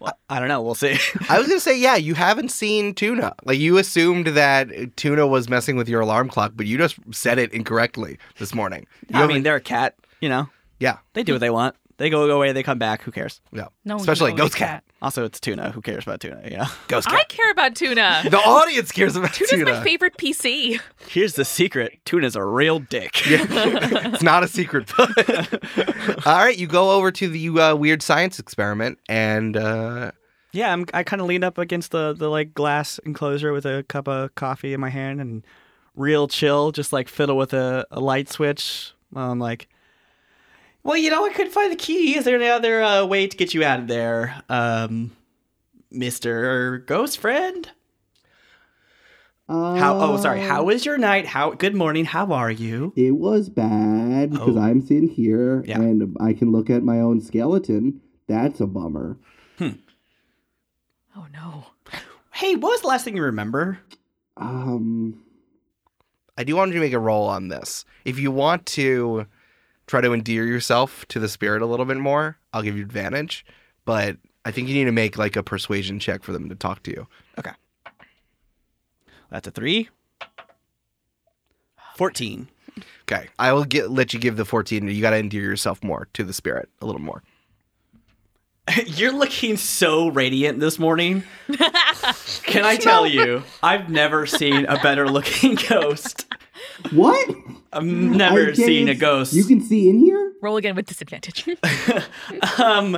Speaker 3: well, I don't know. We'll see.
Speaker 2: I was gonna say, yeah, you haven't seen Tuna. Like you assumed that Tuna was messing with your alarm clock, but you just said it incorrectly this morning. You
Speaker 3: I
Speaker 2: haven't-
Speaker 3: mean, they're a cat. You know,
Speaker 2: yeah,
Speaker 3: they do what they want. They go away. They come back. Who cares?
Speaker 2: yeah.
Speaker 4: No,
Speaker 2: especially
Speaker 4: you know
Speaker 2: Ghost
Speaker 4: it's
Speaker 2: Cat.
Speaker 3: Also, it's tuna. Who cares about tuna? Yeah.
Speaker 2: Ghost
Speaker 1: I
Speaker 2: Cat.
Speaker 1: care about tuna.
Speaker 2: The audience cares about
Speaker 1: Tuna's
Speaker 2: Tuna.
Speaker 1: my favorite PC.
Speaker 3: Here's the secret. Tuna's a real dick.
Speaker 2: it's not a secret. but- All right, you go over to the uh, weird science experiment, and uh,
Speaker 3: Yeah, I'm, I kind of leaned up against the, the like glass enclosure with a cup of coffee in my hand and real chill, just like fiddle with a, a light switch. While I'm like, well, you know, I couldn't find the key. Is there any other uh, way to get you out of there, um, Mister Ghost Friend? How? Oh, sorry.
Speaker 2: Uh.
Speaker 3: How was your night? How? Good morning. How are you?
Speaker 6: Uh, It was bad because
Speaker 3: Oh.
Speaker 6: I'm sitting here
Speaker 3: Yeah.
Speaker 6: and I can look at my own skeleton. That's a bummer.
Speaker 1: Oh no.
Speaker 3: Oh, Hey, what was the last thing you remember?
Speaker 6: Um,
Speaker 2: I do want you to make a roll on this. If you want to try to endear yourself to the spirit a little bit more, I'll give you advantage. But I think you need to make like a persuasion check for them to talk to you.
Speaker 3: That's a three. 14.
Speaker 2: Okay, I will get let you give the fourteen. You got to endear yourself more to the spirit a little more.
Speaker 3: You're looking so radiant this morning. Can I tell you, I've never seen a better looking ghost.
Speaker 6: What?
Speaker 3: I've
Speaker 6: I
Speaker 3: never
Speaker 6: can't
Speaker 3: seen a
Speaker 6: even-
Speaker 3: ghost.
Speaker 6: You can see in here?
Speaker 1: Roll again with disadvantage.
Speaker 3: um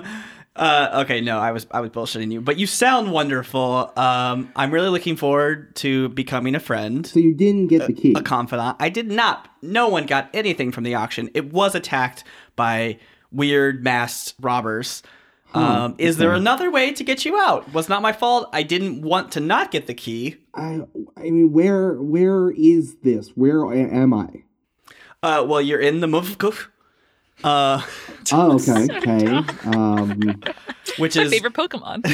Speaker 3: uh okay no i was i was bullshitting you but you sound wonderful um i'm really looking forward to becoming a friend
Speaker 6: So you didn't get the key.
Speaker 3: a confidant i did not no one got anything from the auction it was attacked by weird masked robbers um is there another way to get you out was not my fault i didn't want to not get the key
Speaker 6: I I mean where where is this? Where a- am I?
Speaker 3: uh well you're in the move uh
Speaker 6: Oh, okay. Okay. Um
Speaker 3: which
Speaker 1: My
Speaker 3: is
Speaker 1: favorite Pokemon.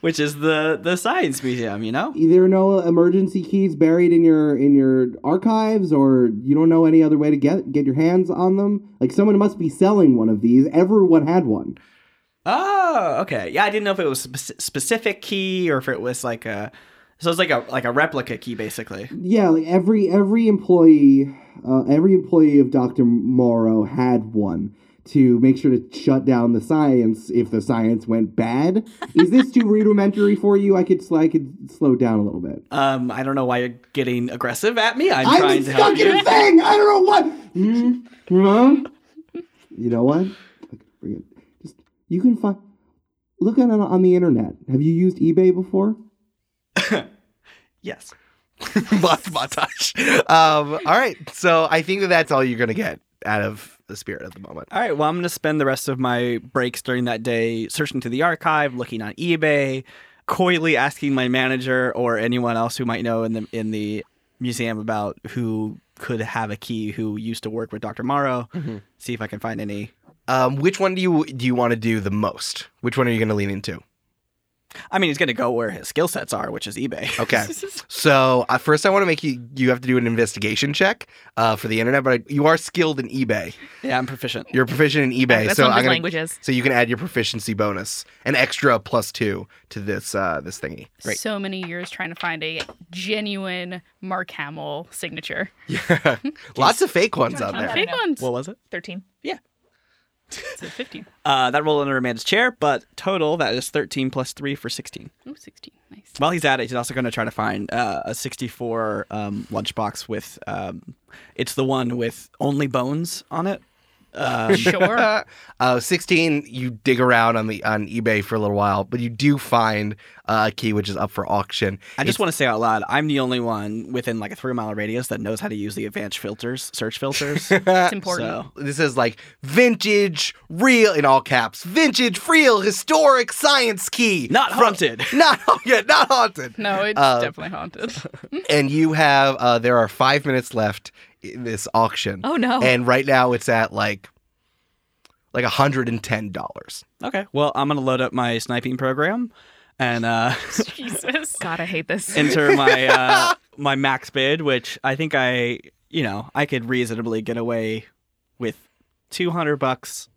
Speaker 3: which is the the science museum you know
Speaker 6: there are no emergency keys buried in your in your archives or you don't know any other way to get get your hands on them? Like someone must be selling one of these. Everyone had one.
Speaker 3: Oh, okay. Yeah, I didn't know if it was a spec- specific key or if it was like a so it's like a like a replica key basically.
Speaker 6: Yeah, like every every employee, uh, every employee of Doctor Morrow had one to make sure to shut down the science if the science went bad. Is this too rudimentary for you? I could sl- I could slow it down a little bit.
Speaker 3: Um, I don't know why you're getting aggressive at me. I'm
Speaker 6: I'm,
Speaker 3: trying to help
Speaker 6: stuck in
Speaker 3: you.
Speaker 6: a thing. I don't know what. Hmm? Huh? You know what? Look, bring it. Just you can find. Look at it on the internet. Have you used eBay before?
Speaker 3: Yes.
Speaker 2: Lots of montage. Um, all right, so I think that that's all you're gonna get out of the spirit at the moment.
Speaker 3: All right. Well, I'm gonna spend the rest of my breaks during that day searching through the archive, looking on eBay, coyly asking my manager or anyone else who might know in the in the museum about who could have a key who used to work with Dr. Morrow. See if I can find any.
Speaker 2: Um, which one do you do you want to do the most? Which one are you gonna lean into?
Speaker 3: I mean, he's gonna go where his skill sets are, which is eBay.
Speaker 2: Okay. So uh, first, I want to make you you have to do an investigation check uh, for the internet, but you are skilled in eBay.
Speaker 3: yeah, I'm proficient.
Speaker 2: You're proficient in eBay,
Speaker 1: That's
Speaker 2: so
Speaker 1: one of
Speaker 2: I'm
Speaker 1: his
Speaker 2: gonna,
Speaker 1: languages.
Speaker 2: so you can add your proficiency bonus, an extra plus two to this uh, this thingy. Great.
Speaker 4: So many years trying to find a genuine Mark Hamill signature.
Speaker 2: Lots of fake ones out
Speaker 1: I don't
Speaker 4: The
Speaker 2: there.
Speaker 4: fake
Speaker 1: know.
Speaker 4: ones.
Speaker 3: What was it?
Speaker 1: 13.
Speaker 4: it's a 15.
Speaker 3: Uh, that rolled under Amanda's chair, but total that is 13 plus 3 for 16.
Speaker 4: Ooh, 16. Nice.
Speaker 3: While he's at it, he's also going to try to find uh, a 64 um, lunchbox with um, it's the one with only bones on it.
Speaker 2: um,
Speaker 4: Sure.
Speaker 2: Uh, Sixteen. You dig around on the on eBay for a little while, but you do find uh, a key which is up for auction.
Speaker 3: I just want to say out loud, I'm the only one within like a three mile radius that knows how to use the advanced filters, search filters.
Speaker 4: it's important.
Speaker 3: so
Speaker 2: this is like vintage, real in all caps, vintage, real, historic science key.
Speaker 3: not haunted.
Speaker 2: not haunted, not haunted.
Speaker 4: No, it's
Speaker 2: Uh,
Speaker 4: definitely haunted.
Speaker 2: And you have uh, there are five minutes left in this auction.
Speaker 1: Oh, no.
Speaker 2: And right now it's at like like hundred and ten dollars.
Speaker 3: Okay, well I'm going to load up my sniping program and uh,
Speaker 4: Jesus.
Speaker 1: God, I hate this.
Speaker 3: enter my uh, my max bid, which I think I you know I could reasonably get away with two hundred bucks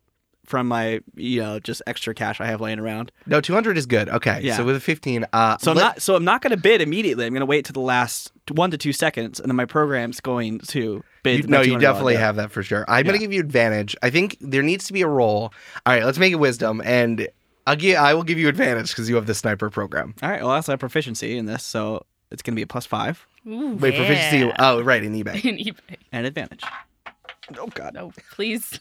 Speaker 3: from my you know just extra cash I have laying around.
Speaker 2: No, two hundred is good. Okay,
Speaker 3: Yeah.
Speaker 2: so with a fifteen, uh,
Speaker 3: So I'm
Speaker 2: let-
Speaker 3: not so I'm not going to bid immediately. I'm going to wait to the last one to two seconds, and then my program's going to bid.
Speaker 2: You,
Speaker 3: my
Speaker 2: no, you
Speaker 3: $200
Speaker 2: definitely
Speaker 3: bid.
Speaker 2: have that for sure. I'm gonna give you advantage. I think there needs to be a roll. All right, let's make it wisdom, and I'll give I will give you advantage because you have the sniper program.
Speaker 3: All right. Well, I also have proficiency in this, so it's going to be a plus five
Speaker 4: Ooh,
Speaker 2: Wait, proficiency.
Speaker 1: Yeah.
Speaker 2: Oh, right, in eBay.
Speaker 4: in eBay.
Speaker 3: and advantage. Oh God,
Speaker 4: No, please.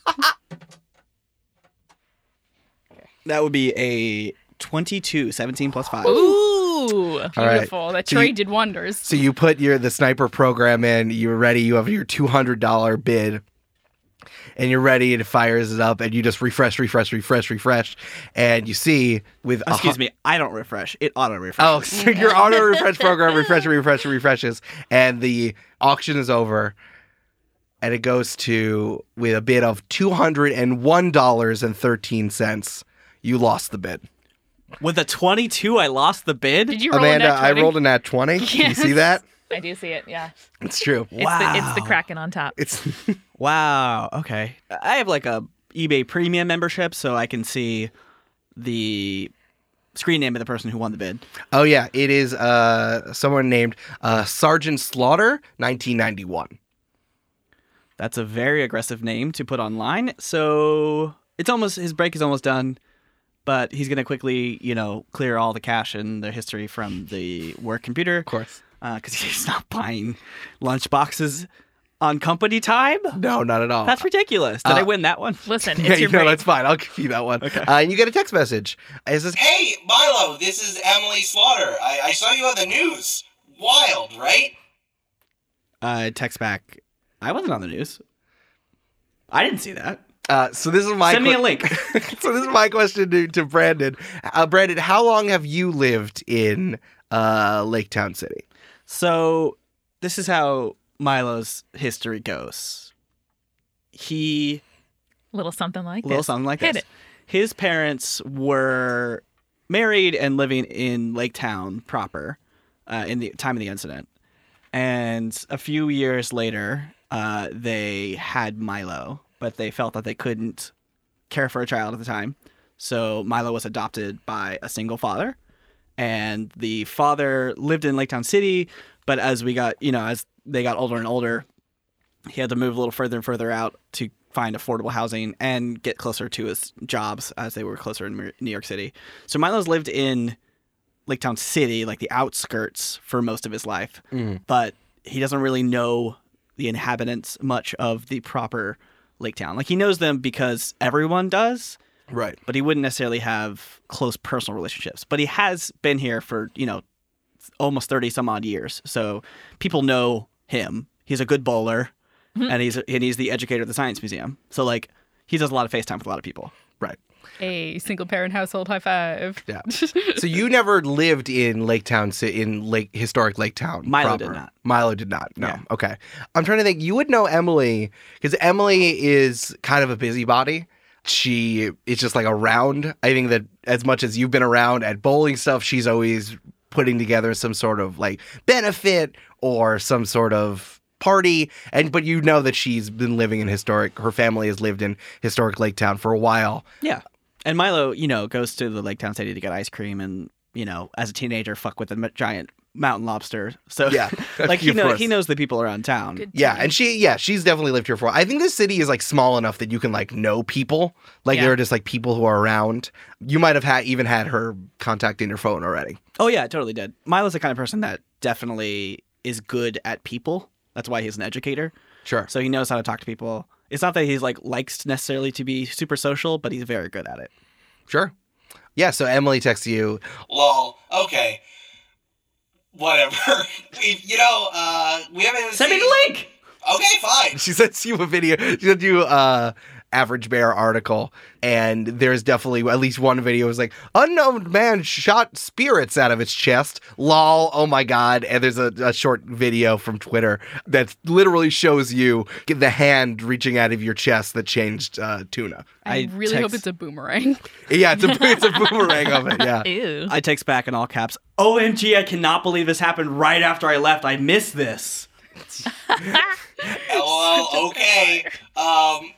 Speaker 3: that would be a 22, 17 plus five.
Speaker 1: Ooh.
Speaker 2: All right.
Speaker 4: Beautiful. That
Speaker 2: So you-
Speaker 4: trade did wonders.
Speaker 2: So you put your the sniper program in, you're ready, you have your two hundred dollar bid, and you're ready, it fires it up, and you just refresh, refresh, refresh, refresh, and you see with a
Speaker 3: Excuse
Speaker 2: hu-
Speaker 3: me, I don't refresh. It auto refreshes.
Speaker 2: Oh, so your auto refresh program refresh, refresh, refreshes, and the auction is over, and it goes to with a bid of two hundred and one dollars and thirteen cents. You lost the bid,
Speaker 3: With a 22, I lost the bid.
Speaker 4: Did you roll a
Speaker 2: Amanda.
Speaker 4: nat
Speaker 2: I
Speaker 4: 20?
Speaker 2: rolled a nat twenty. Can you see
Speaker 4: Yes.
Speaker 2: that?
Speaker 1: I do see it. Yeah.
Speaker 2: It's true.
Speaker 1: It's the it's the Kraken on top.
Speaker 2: It's
Speaker 3: Wow. Okay. I have like a eBay premium membership, so I can see the screen name of the person who won the bid.
Speaker 2: oh yeah, it is uh someone named uh Sergeant Slaughter, 1991.
Speaker 3: That's a very aggressive name to put online. So it's almost his break is almost done, but he's gonna quickly, you know, clear all the cache and the history from the work computer
Speaker 2: Of course.
Speaker 3: because he's not buying lunch boxes on company time.
Speaker 2: No, not at all.
Speaker 3: That's ridiculous. Did I
Speaker 2: Uh,
Speaker 3: win that one?
Speaker 1: Listen,
Speaker 2: yeah,
Speaker 1: it's
Speaker 2: you
Speaker 1: your
Speaker 2: know,
Speaker 1: break.
Speaker 2: that's fine. I'll give you that one. Uh, and you get a text message. Is this
Speaker 5: Hey, Milo, this is Emily Slaughter. I, I saw you on the news. Wild, right?
Speaker 3: Uh, text back. I wasn't on the news. I didn't see that.
Speaker 2: Uh, so this is my
Speaker 3: Send me a
Speaker 2: que-
Speaker 3: link.
Speaker 2: so this is my question to, to Brandon. Uh, Brandon, how long have you lived in uh, Lake Town City?
Speaker 3: So this is how Milo's history goes. He
Speaker 1: little something like
Speaker 3: little
Speaker 1: this.
Speaker 3: something like
Speaker 1: Hit
Speaker 3: this.
Speaker 1: it.
Speaker 3: His parents were married and living in Lake Town proper uh, in the time of the incident. And a few years later, uh, they had Milo, but they felt that they couldn't care for a child at the time. So Milo was adopted by a single father. And the father lived in Lake Town City, but as we got, you know, as they got older and older, he had to move a little further and further out to find affordable housing and get closer to his jobs as they were closer in Mer- New York City. So Milo's lived in Lake Town City, like the outskirts, for most of his life, but he doesn't really know the inhabitants much of the proper Lake Town. Like he knows them because everyone does,
Speaker 2: Right.
Speaker 3: but he wouldn't necessarily have close personal relationships. But he has been here for, you know, almost 30 some odd years. So people know him. He's a good bowler and he's and he's the educator at the science museum. So like he does a lot of FaceTime with a lot of people.
Speaker 2: Right.
Speaker 4: A single parent household high five.
Speaker 2: Yeah. so you never lived in Lake Town City in Lake historic Lake Town.
Speaker 3: Milo
Speaker 2: proper.
Speaker 3: did not.
Speaker 2: Milo did not. No.
Speaker 3: Yeah.
Speaker 2: Okay. I'm trying to think. You would know Emily because Emily is kind of a busybody. She is just like around. I think that as much as you've been around at bowling stuff, she's always putting together some sort of like benefit or some sort of party and but you know that she's been living in historic her family has lived in historic lake town for a while
Speaker 3: Yeah. And Milo, you know, goes to the Lake Town City to get ice cream and, you know, as a teenager fuck with a m- giant mountain lobster. So
Speaker 2: Yeah.
Speaker 3: like he
Speaker 2: Of
Speaker 3: know,
Speaker 2: course.
Speaker 3: he knows the people around town.
Speaker 4: Good
Speaker 2: Yeah,
Speaker 4: times.
Speaker 2: and she yeah, she's definitely lived here for. I think this city is like small enough that you can like know people. Like
Speaker 1: Yeah.
Speaker 2: there are just like people who are around. You might have had even had her contact in your phone already.
Speaker 3: Oh yeah, totally did. Milo's the kind of person that definitely is good at people. That's why he's an educator.
Speaker 2: Sure.
Speaker 3: So he knows how to talk to people. It's not that he's like likes necessarily to be super social, but he's very good at it.
Speaker 2: Sure. Yeah, so Emily texts you.
Speaker 5: Lol. Okay. Whatever. we, you know, uh, we haven't.
Speaker 3: Send me
Speaker 5: seen...
Speaker 3: the link.
Speaker 5: Okay, fine.
Speaker 2: She sends you a video. She sends you uh average bear article and there's definitely at least one video is like unknown man shot spirits out of its chest lol oh my god and there's a, a short video from twitter that literally shows you the hand reaching out of your chest that changed uh, tuna
Speaker 4: I,
Speaker 3: I
Speaker 4: really hope
Speaker 3: text-
Speaker 4: it's a boomerang.
Speaker 2: Yeah, it's a, it's a boomerang of it. Yeah.
Speaker 1: Ew.
Speaker 3: I text back in all caps. OMG, I cannot believe this happened right after I left. I missed this.
Speaker 5: Lol. Okay. Um,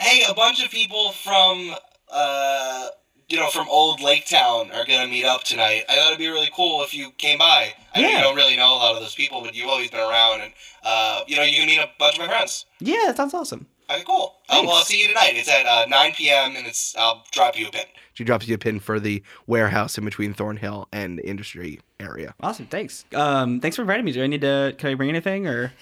Speaker 5: hey, a bunch of people from uh, you know, from old Lake Town are gonna meet up tonight. I thought it'd be really cool if you came by. I know
Speaker 3: Yeah.
Speaker 5: you don't really know a lot of those people, but you've always been around, and uh, you know, you can meet a bunch of my friends.
Speaker 3: Yeah, that sounds awesome.
Speaker 5: Okay, cool. Uh, well, I'll see you tonight. It's at uh, 9 p.m. and it's I'll drop you a pin.
Speaker 2: She drops you a pin for the warehouse in between Thornhill and Industry area.
Speaker 3: Awesome. Thanks. Um, thanks for inviting me. Do I need to? Can I bring anything or?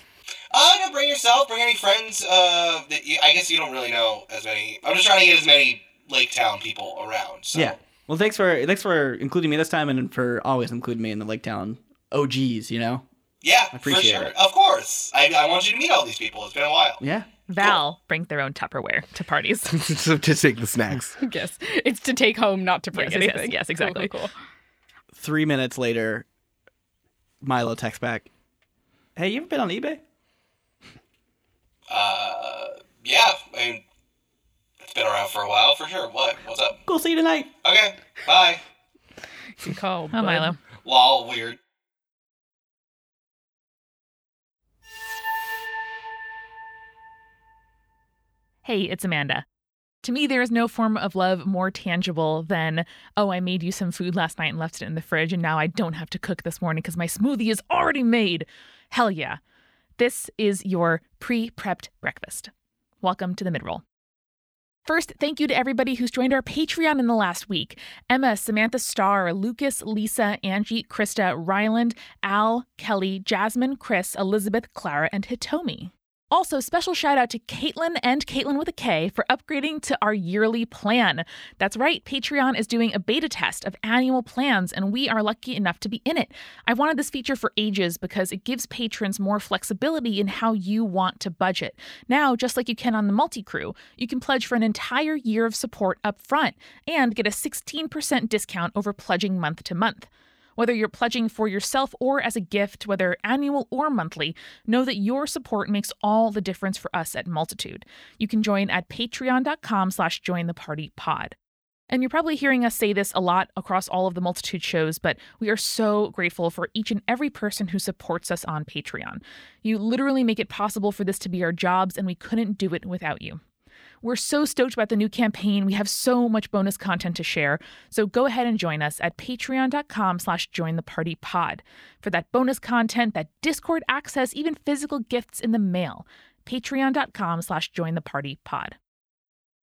Speaker 5: Uh, no, bring yourself. Bring any friends. Uh, that you, I guess you don't really know as many. I'm just trying to get as many Lake Town people around. So.
Speaker 3: Yeah. Oh. Well, thanks for thanks for including me this time and for always including me in the Lake Town OGs. You know.
Speaker 5: Yeah,
Speaker 3: appreciate
Speaker 5: for sure.
Speaker 3: it.
Speaker 5: Of course. I, I want you to meet all these people. It's been a while.
Speaker 3: Yeah.
Speaker 1: Val brings their own Tupperware to parties.
Speaker 2: so to take the snacks.
Speaker 4: yes. It's to take home, not to bring
Speaker 1: Yes, yes, yes,
Speaker 4: anything.
Speaker 1: yes,
Speaker 4: Cool,
Speaker 1: exactly.
Speaker 4: cool, cool.
Speaker 3: Three minutes later, Milo texts back. Hey, you ever been on eBay?
Speaker 5: Uh, yeah. I mean, it's been around for a while for sure. What? What's up?
Speaker 3: Cool. See you tonight.
Speaker 5: Okay. Bye.
Speaker 4: Good call,
Speaker 1: Oh,
Speaker 4: bud.
Speaker 1: Milo.
Speaker 5: Lol. Weird.
Speaker 1: Hey, it's Amanda. To me, there is no form of love more tangible than, oh, I made you some food last night and left it in the fridge, and now I don't have to cook this morning because my smoothie is already made. Hell yeah. This is your pre prepped breakfast. Welcome to the midroll. First, thank you to everybody who's joined our Patreon in the last week Emma, Samantha Starr, Lucas, Lisa, Angie, Krista, Ryland, Al, Kelly, Jasmine, Chris, Elizabeth, Clara, and Hitomi. Also, special shout out to Caitlin and Caitlin with a K for upgrading to our yearly plan. That's right, Patreon is doing a beta test of annual plans, and we are lucky enough to be in it. I've wanted this feature for ages because it gives patrons more flexibility in how you want to budget. Now, just like you can on the multi crew, you can pledge for an entire year of support up front and get a 16% discount over pledging month to month. Whether you're pledging for yourself or as a gift, whether annual or monthly, know that your support makes all the difference for us at Multitude. You can join at patreon.com slash join the party pod. And you're probably hearing us say this a lot across all of the Multitude shows, but we are so grateful for each and every person who supports us on Patreon. You literally make it possible for this to be our jobs, and we couldn't do it without you. We're so stoked about the new campaign. We have so much bonus content to share. So go ahead and join us at patreon.com slash join the party pod for that bonus content, that Discord access, even physical gifts in the mail. Patreon.com slash join the party pod.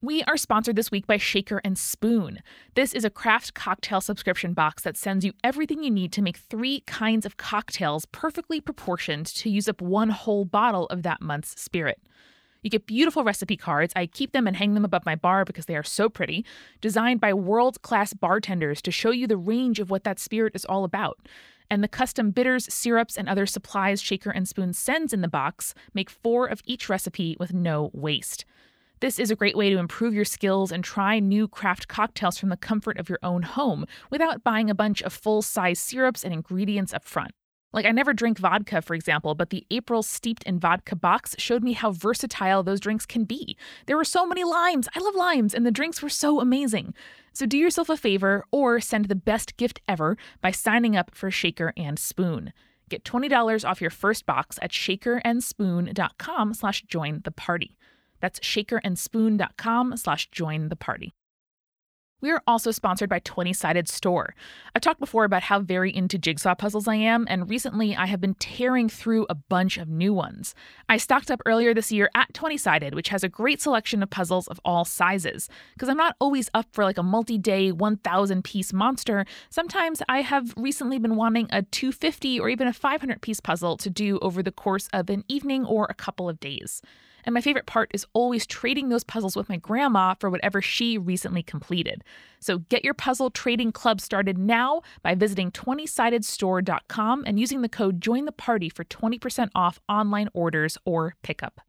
Speaker 1: We are sponsored this week by Shaker and Spoon. This is a craft cocktail subscription box that sends you everything you need to make three kinds of cocktails perfectly proportioned to use up one whole bottle of that month's spirit. You get beautiful recipe cards. I keep them and hang them above my bar because they are so pretty, designed by world class bartenders to show you the range of what that spirit is all about. And the custom bitters, syrups, and other supplies Shaker and Spoon sends in the box make four of each recipe with no waste. This is a great way to improve your skills and try new craft cocktails from the comfort of your own home without buying a bunch of full size syrups and ingredients up front. Like, I never drink vodka, for example, but the April Steeped in Vodka box showed me how versatile those drinks can be. There were so many limes. I love limes, and the drinks were so amazing. So, do yourself a favor or send the best gift ever by signing up for Shaker and Spoon. Get $20 off your first box at shakerandspoon.com slash join the party. That's shakerandspoon.com slash join the party. We are also sponsored by 20 Sided Store. I talked before about how very into jigsaw puzzles I am, and recently I have been tearing through a bunch of new ones. I stocked up earlier this year at 20 Sided, which has a great selection of puzzles of all sizes. Because I'm not always up for like a multi day, 1,000 piece monster, sometimes I have recently been wanting a 250 or even a 500 piece puzzle to do over the course of an evening or a couple of days. And my favorite part is always trading those puzzles with my grandma for whatever she recently completed. So get your puzzle trading club started now by visiting 20sidedstore.com and using the code join the party for 20% off online orders or pickup.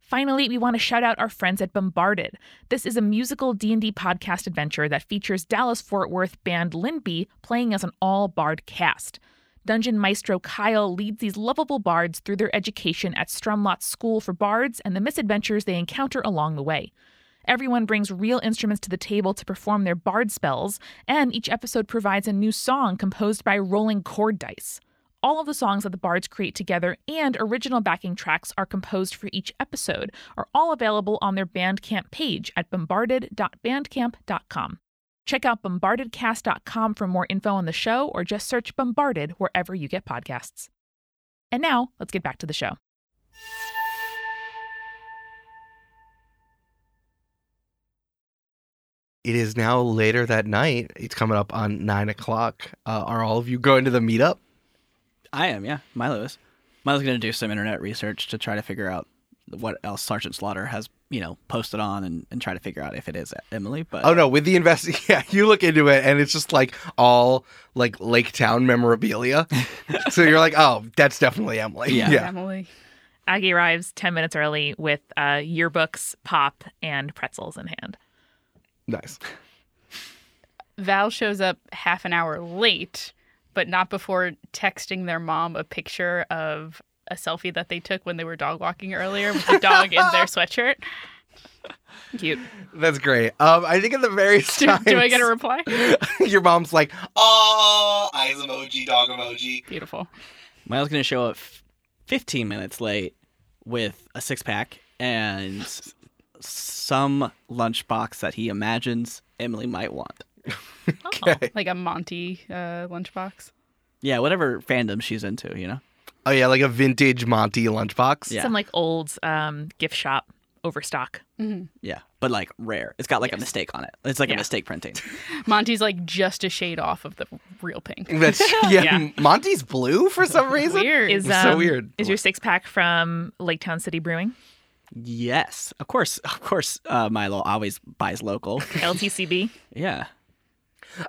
Speaker 1: Finally, we want to shout out our friends at Bombarded. This is a musical D&D podcast adventure that features Dallas-Fort Worth band Lindby playing as an all-barred cast. Dungeon Maestro Kyle leads these lovable bards through their education at Strumlot's School for Bards and the misadventures they encounter along the way. Everyone brings real instruments to the table to perform their bard spells, and each episode provides a new song composed by rolling chord dice. All of the songs that the bards create together and original backing tracks are composed for each episode are all available on their Bandcamp page at bombarded.bandcamp.com. Check out bombardedcast.com for more info on the show or just search Bombarded wherever you get podcasts. And now, let's get back to the show.
Speaker 2: It is now later that night. It's coming up on nine o'clock. Uh, are all of you going to the meetup?
Speaker 3: I am, yeah. Milo is. Milo's going to do some internet research to try to figure out what else Sergeant Slaughter has, you know, posted on and, and try to figure out if it is Emily. But
Speaker 2: Oh no, with the invest, yeah, you look into it and it's just like all like Lake Town memorabilia. so you're like, oh, that's definitely Emily.
Speaker 3: Yeah.
Speaker 4: Emily.
Speaker 1: Aggie arrives 10 minutes early with uh, yearbooks, pop, and pretzels in hand.
Speaker 2: nice.
Speaker 4: Val shows up half an hour late, but not before texting their mom a picture of a selfie that they took when they were dog walking earlier with the dog in their sweatshirt.
Speaker 1: Cute.
Speaker 2: That's great. Um, I think at the very
Speaker 4: Do,
Speaker 2: times,
Speaker 4: do I get a reply?
Speaker 2: your mom's like,
Speaker 5: Aww, eyes emoji, dog emoji.
Speaker 4: Beautiful.
Speaker 3: Milo's going to show up f- 15 minutes late with a six pack and some lunchbox that he imagines Emily might want.
Speaker 1: Oh.
Speaker 2: Okay.
Speaker 4: like a Monty uh, lunchbox.
Speaker 3: Yeah, whatever fandom she's into, you know.
Speaker 2: Oh yeah, like a vintage Monty lunchbox.
Speaker 3: Yeah.
Speaker 1: Some like old um, gift shop overstock.
Speaker 3: Yeah, but like rare. It's got like a mistake on it. It's like
Speaker 1: Yeah.
Speaker 3: a mistake printing.
Speaker 4: Monty's like just a shade off of the real pink.
Speaker 2: That's, yeah,
Speaker 1: Yeah.
Speaker 2: Monty's blue for some reason.
Speaker 4: Weird.
Speaker 1: Is
Speaker 2: So
Speaker 1: um,
Speaker 2: weird.
Speaker 1: Is your six pack from Lake Town City Brewing?
Speaker 3: yes, of course, of course. Uh, Milo always buys local.
Speaker 1: LTCB.
Speaker 3: yeah.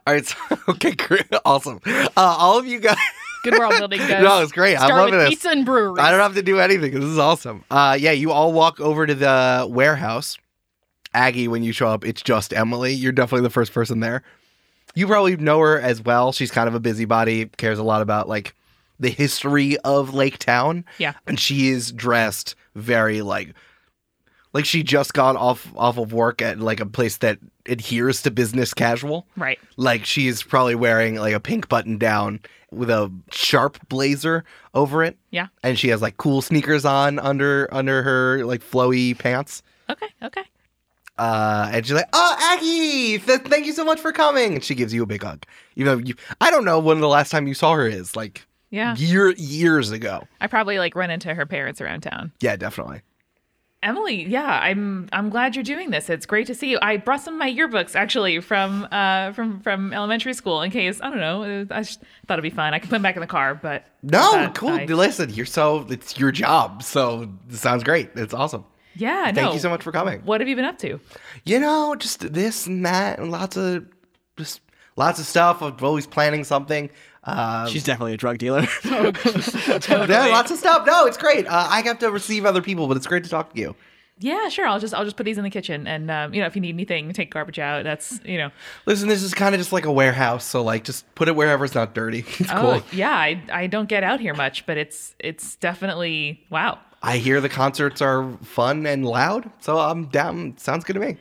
Speaker 2: All right, so, okay, great, awesome. Uh, all of you guys.
Speaker 4: Good world building, guys.
Speaker 2: No, it's great.
Speaker 4: Start
Speaker 2: I'm loving
Speaker 4: with
Speaker 2: this.
Speaker 4: pizza and brewery.
Speaker 2: I don't have to do anything. This is awesome. Uh, yeah, you all walk over to the warehouse. Aggie, when you show up, it's just Emily. You're definitely the first person there. You probably know her as well. She's kind of a busybody, cares a lot about like the history of Lake Town.
Speaker 1: Yeah.
Speaker 2: And she is dressed very like like she just got off off of work at like a place that adheres to business casual.
Speaker 1: Right.
Speaker 2: Like she's probably wearing like a pink button down with a sharp blazer over it.
Speaker 1: Yeah.
Speaker 2: And she has like cool sneakers on under under her like flowy pants.
Speaker 1: Okay. Okay.
Speaker 2: Uh, and she's like, "Oh, Aggie, th- thank you so much for coming." And she gives you a big hug. You know, you I don't know when the last time you saw her is like
Speaker 1: Yeah.
Speaker 2: year years ago.
Speaker 1: I probably like run into her parents around town.
Speaker 2: Yeah, definitely.
Speaker 1: Emily, yeah, I'm I'm glad you're doing this. It's great to see you. I brought some of my yearbooks actually from uh from from elementary school in case I don't know. I just thought it'd be fun. I can put them back in the car, but
Speaker 2: No,
Speaker 1: but
Speaker 2: cool.
Speaker 1: I-
Speaker 2: Listen, you're so it's your job, so it sounds great. It's awesome.
Speaker 1: yeah,
Speaker 2: Thank you so much for coming.
Speaker 1: What have you been up to?
Speaker 2: you know, just this and that, and lots of just lots of stuff. I'm always planning something. Uh,
Speaker 3: She's definitely a drug dealer.
Speaker 2: yeah, lots of stuff. No, it's great. Uh, I have to receive other people, but it's great to talk to you.
Speaker 1: Yeah, sure. I'll just I'll just put these in the kitchen, and um, you know if you need anything, take garbage out. That's you know.
Speaker 2: Listen, this is kind of just like a warehouse, so like just put it wherever it's not dirty. It's
Speaker 1: Oh
Speaker 2: cool.
Speaker 1: yeah, I I don't get out here much, but it's it's definitely wow.
Speaker 2: I hear the concerts are fun and loud, so I'm down. Sounds good to me.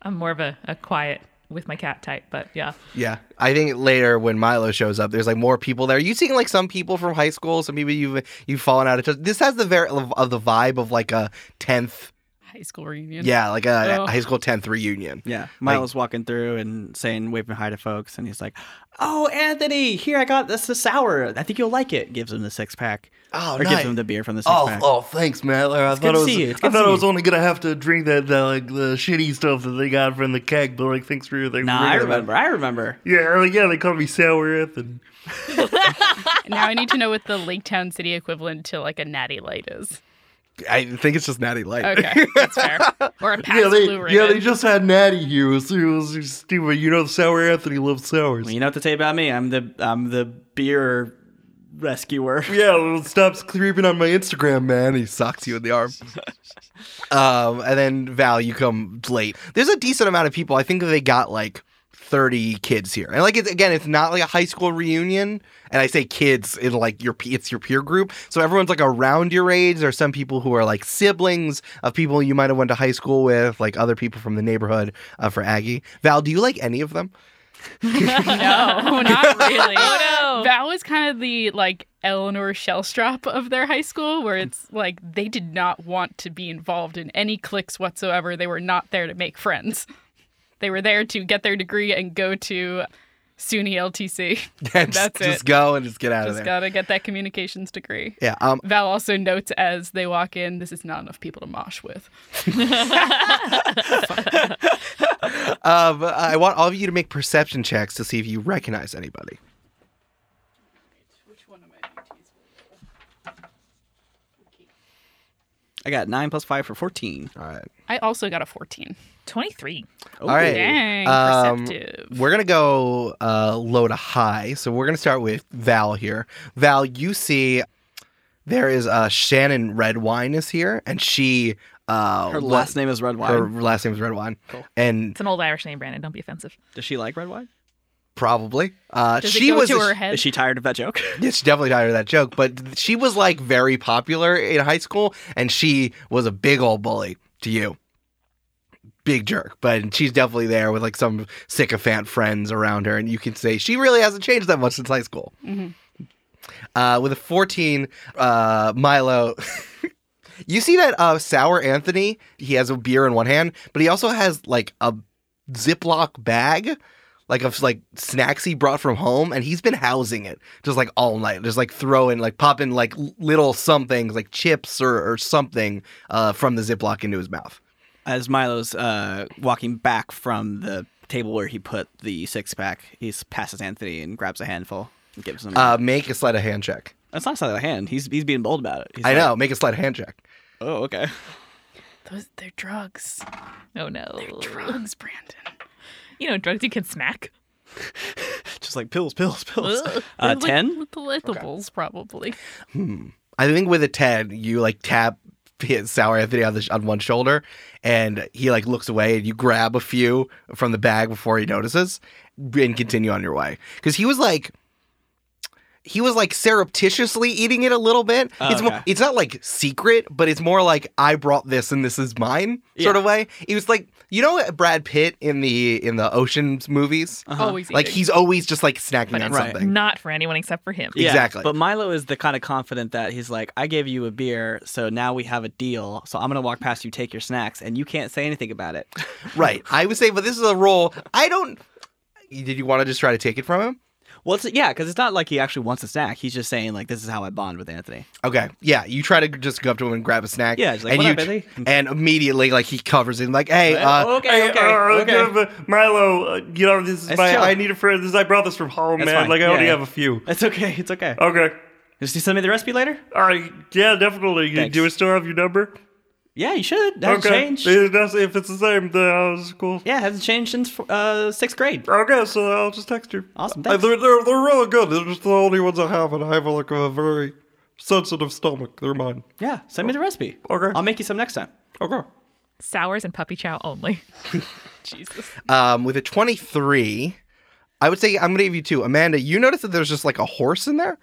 Speaker 1: I'm more of a, a quiet with my cat type, but yeah.
Speaker 2: Yeah, I think later when Milo shows up, there's like more people there. You seeing like some people from high school, some people you've you've fallen out of touch. This has the very of the vibe of like a tenth
Speaker 4: High school reunion.
Speaker 2: Yeah, like a
Speaker 4: Oh.
Speaker 2: high school 10th reunion.
Speaker 3: yeah. Milo's walking through and saying, waving hi to folks, and he's like, "Oh, Anthony, here I got this is sour. I think you'll like it." Gives him the six pack.
Speaker 2: Oh,
Speaker 3: or
Speaker 2: nice.
Speaker 3: gives him the beer from the six
Speaker 2: Oh,
Speaker 3: pack.
Speaker 2: oh, thanks, man. I thought
Speaker 3: good to
Speaker 2: I was,
Speaker 3: see you. It's
Speaker 2: I
Speaker 3: good to
Speaker 2: thought I
Speaker 3: see
Speaker 2: was
Speaker 3: you.
Speaker 2: only gonna have to drink that, uh, the, like the shitty stuff that they got from the keg, but like, thanks for everything.
Speaker 3: Nah, I remember. I remember.
Speaker 2: Yeah, oh, yeah, they called me sour Anthony.
Speaker 4: Now I need to know what the Lake Town City equivalent to like a natty light is.
Speaker 2: I think it's just Natty Light.
Speaker 4: Okay, that's fair. Or a past
Speaker 7: Yeah, they,
Speaker 4: blue ribbon.
Speaker 7: yeah, they just had Natty here. It was, it was stupid. You know, Sour Anthony loves sours.
Speaker 3: Well, you know what to say about me. I'm the I'm the beer rescuer.
Speaker 7: yeah, well, stop creeping on my Instagram, man.
Speaker 2: And he socks you in the arm. um, and then Val, you come late. There's a decent amount of people. I think they got like 30 kids here. And like it's again, it's not like a high school reunion. And I say kids in like your pe- it's your peer group. So everyone's like around your age. There are some people who are like siblings of people you might have went to high school with, like other people from the neighborhood uh, for Aggie. Val, do you like any of them?
Speaker 4: no, not really.
Speaker 1: Oh, no.
Speaker 4: Val is kind of the like Eleanor Shellstrop of their high school, where it's like they did not want to be involved in any cliques whatsoever. They were not there to make friends. They were there to get their degree and go to SUNY LTC.
Speaker 2: And just,
Speaker 4: That's
Speaker 2: just
Speaker 4: it.
Speaker 2: go and just get out of
Speaker 4: Just
Speaker 2: there.
Speaker 4: gotta get that communications degree.
Speaker 2: Yeah. Um,
Speaker 4: Val also notes as they walk in, this is not enough people to mosh with.
Speaker 2: um, I want all of you to make perception checks to see if you recognize anybody.
Speaker 3: I got nine plus five for fourteen.
Speaker 2: All right.
Speaker 4: I also got a 14.
Speaker 1: 23.
Speaker 2: All right.
Speaker 4: Dang,
Speaker 2: Um,
Speaker 4: perceptive.
Speaker 2: we're gonna go uh, low to high. So we're gonna start with Val here. Val, you see, there is uh, Shannon Redwine is here, and she uh,
Speaker 3: Her
Speaker 2: le-
Speaker 3: last name is red wine.
Speaker 2: her last name is Redwine,
Speaker 3: Cool.
Speaker 2: and
Speaker 1: It's an old Irish name, Brandon. Don't be offensive.
Speaker 3: Does she like red wine?
Speaker 2: probably uh,
Speaker 4: Does
Speaker 2: she
Speaker 4: it go
Speaker 2: was
Speaker 4: to
Speaker 2: a-
Speaker 4: her head?
Speaker 3: Is she tired of that joke?
Speaker 2: Yeah, she definitely tired of that joke, but she was like very popular in high school, and she was a big old bully to you. Big jerk, but she's definitely there with like some sycophant friends around her, and you can say she really hasn't changed that much since high school. Uh, with a 14, uh, Milo, You see that uh, sour Anthony? He has a beer in one hand, but he also has like a Ziploc bag, like of like snacks he brought from home, and he's been housing it just like all night, just like throwing, like popping like l- little somethings, like chips or, or something uh, from the Ziploc into his mouth.
Speaker 3: As Milo's uh, walking back from the table where he put the six pack, he passes Anthony and grabs a handful and gives him.
Speaker 2: Uh, make a sleight of hand check.
Speaker 3: That's not sleight of hand. He's he's being bold about it. He's
Speaker 2: I
Speaker 3: like,
Speaker 2: know. Make a sleight of hand check.
Speaker 3: Oh, okay.
Speaker 4: Those they're drugs.
Speaker 1: Oh no.
Speaker 4: Drugs, Brandon.
Speaker 1: You know, drugs you can smack.
Speaker 3: Just like pills, pills, pills. Uh,
Speaker 4: They're
Speaker 3: ten.
Speaker 4: Like littables, probably.
Speaker 2: Hmm. I think with a ten, you like tap his sour Anthony on the sh- on one shoulder, and he like looks away, and you grab a few from the bag before he notices, and continue on your way. Because he was like, he was like surreptitiously eating it a little bit.
Speaker 3: Oh,
Speaker 2: it's more,
Speaker 3: okay.
Speaker 2: it's not like secret, but it's more like I brought this and this is mine sort
Speaker 3: Yeah.
Speaker 2: of way. It was like you know Brad Pitt in the in the Ocean's movies,
Speaker 3: Uh-huh.
Speaker 4: Always
Speaker 2: like
Speaker 4: eating.
Speaker 2: he's always just like snacking
Speaker 1: But
Speaker 2: on
Speaker 1: it's
Speaker 3: Right.
Speaker 2: something.
Speaker 1: not for anyone except for him.
Speaker 3: Yeah,
Speaker 2: Exactly.
Speaker 3: But Milo is the kind of confident that he's like, I gave you a beer, so now we have a deal. So I'm gonna walk past you, take your snacks, and you can't say anything about it.
Speaker 2: Right. I would say, but this is a role. I don't. Did you want to just try to take it from him?
Speaker 3: Well, it's, yeah, because it's not like he actually wants a snack. He's just saying like, this is how I bond with Anthony.
Speaker 2: Okay. Yeah. You try to just go up to him and grab a snack.
Speaker 3: Yeah, he's like,
Speaker 2: and
Speaker 3: "What
Speaker 2: you
Speaker 3: up, Billy?"
Speaker 2: And immediately, like, he covers it. Like, hey, uh,
Speaker 3: Oh, okay, okay,
Speaker 7: uh,
Speaker 3: okay.
Speaker 7: uh, Milo, uh, you know this is
Speaker 3: It's
Speaker 7: my.
Speaker 3: chill.
Speaker 7: I need a friend. This I brought this from home,
Speaker 3: That's
Speaker 7: man.
Speaker 3: fine.
Speaker 7: Like I
Speaker 3: Yeah,
Speaker 7: already
Speaker 3: yeah.
Speaker 7: have a few.
Speaker 3: It's okay. It's okay.
Speaker 7: Okay.
Speaker 3: Just you send me the recipe later.
Speaker 7: All right. Yeah, definitely. You-
Speaker 3: Thanks.
Speaker 7: Do I still have your number?
Speaker 3: Yeah, you should. Hasn't changed.
Speaker 7: If that's- if it's the same, then I'll just cool.
Speaker 3: Yeah, hasn't changed since uh, sixth grade.
Speaker 7: Okay, so I'll just text you.
Speaker 3: Awesome,
Speaker 7: Uh,
Speaker 3: thanks.
Speaker 7: They're, they're, they're really good. They're just the only ones I have, and I have like a very sensitive stomach. They're mine.
Speaker 3: Yeah, send me the recipe.
Speaker 7: Okay.
Speaker 3: I'll make you some next time.
Speaker 7: Okay.
Speaker 1: Sours and puppy chow only.
Speaker 4: Jesus.
Speaker 2: um, with a 23, I would say, I'm going to give you two. Amanda, you notice that there's just like a horse in there?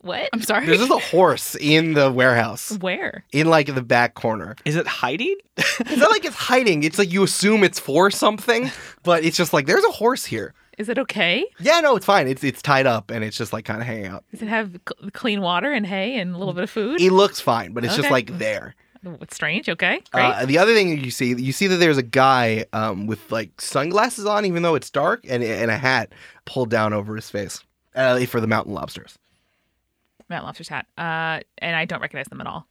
Speaker 1: What?
Speaker 4: I'm sorry.
Speaker 2: There's just a horse in the warehouse,
Speaker 1: Where?
Speaker 2: in like the back corner.
Speaker 3: Is it hiding?
Speaker 2: It's not like it's hiding. It's like you assume it's for something, but it's just like, there's a horse here.
Speaker 1: Is it okay?
Speaker 2: Yeah, no, it's fine. It's it's tied up and it's just like kind of hanging out.
Speaker 1: Does it have cl- clean water and hay and a little bit of food?
Speaker 2: It looks fine, but it's just
Speaker 1: Okay.
Speaker 2: like there.
Speaker 1: It's strange. Okay. Great.
Speaker 2: Uh, the other thing that you see, you see that there's a guy um, with like sunglasses on, even though it's dark, and and a hat pulled down over his face uh, for the mountain lobsters.
Speaker 1: Matt Lobster's hat. Uh, and I don't recognize them at all.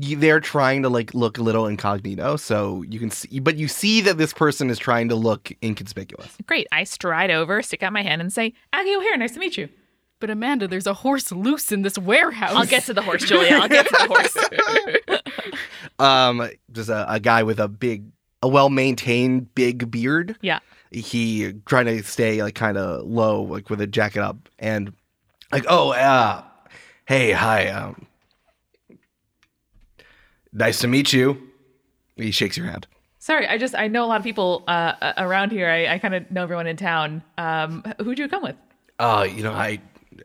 Speaker 2: You, they're trying to like look a little incognito, so you can see, but you see that this person is trying to look inconspicuous.
Speaker 1: Great. I stride over, stick out my hand, and say, Aggie O'Hare, nice to meet you.
Speaker 4: But Amanda, there's a horse loose in this warehouse.
Speaker 1: I'll get to the horse, Julia. I'll get to the horse.
Speaker 2: Um, just a, a guy with a big, a well-maintained big beard.
Speaker 1: Yeah.
Speaker 2: he trying to stay like kind of low, like with a jacket up, and like, oh, uh, hey, hi, um, nice to meet you. He shakes your hand.
Speaker 1: Sorry, I just, I know a lot of people uh, uh, around here. I, I kind of know everyone in town. Um, who'd you come with?
Speaker 2: Uh, you know, I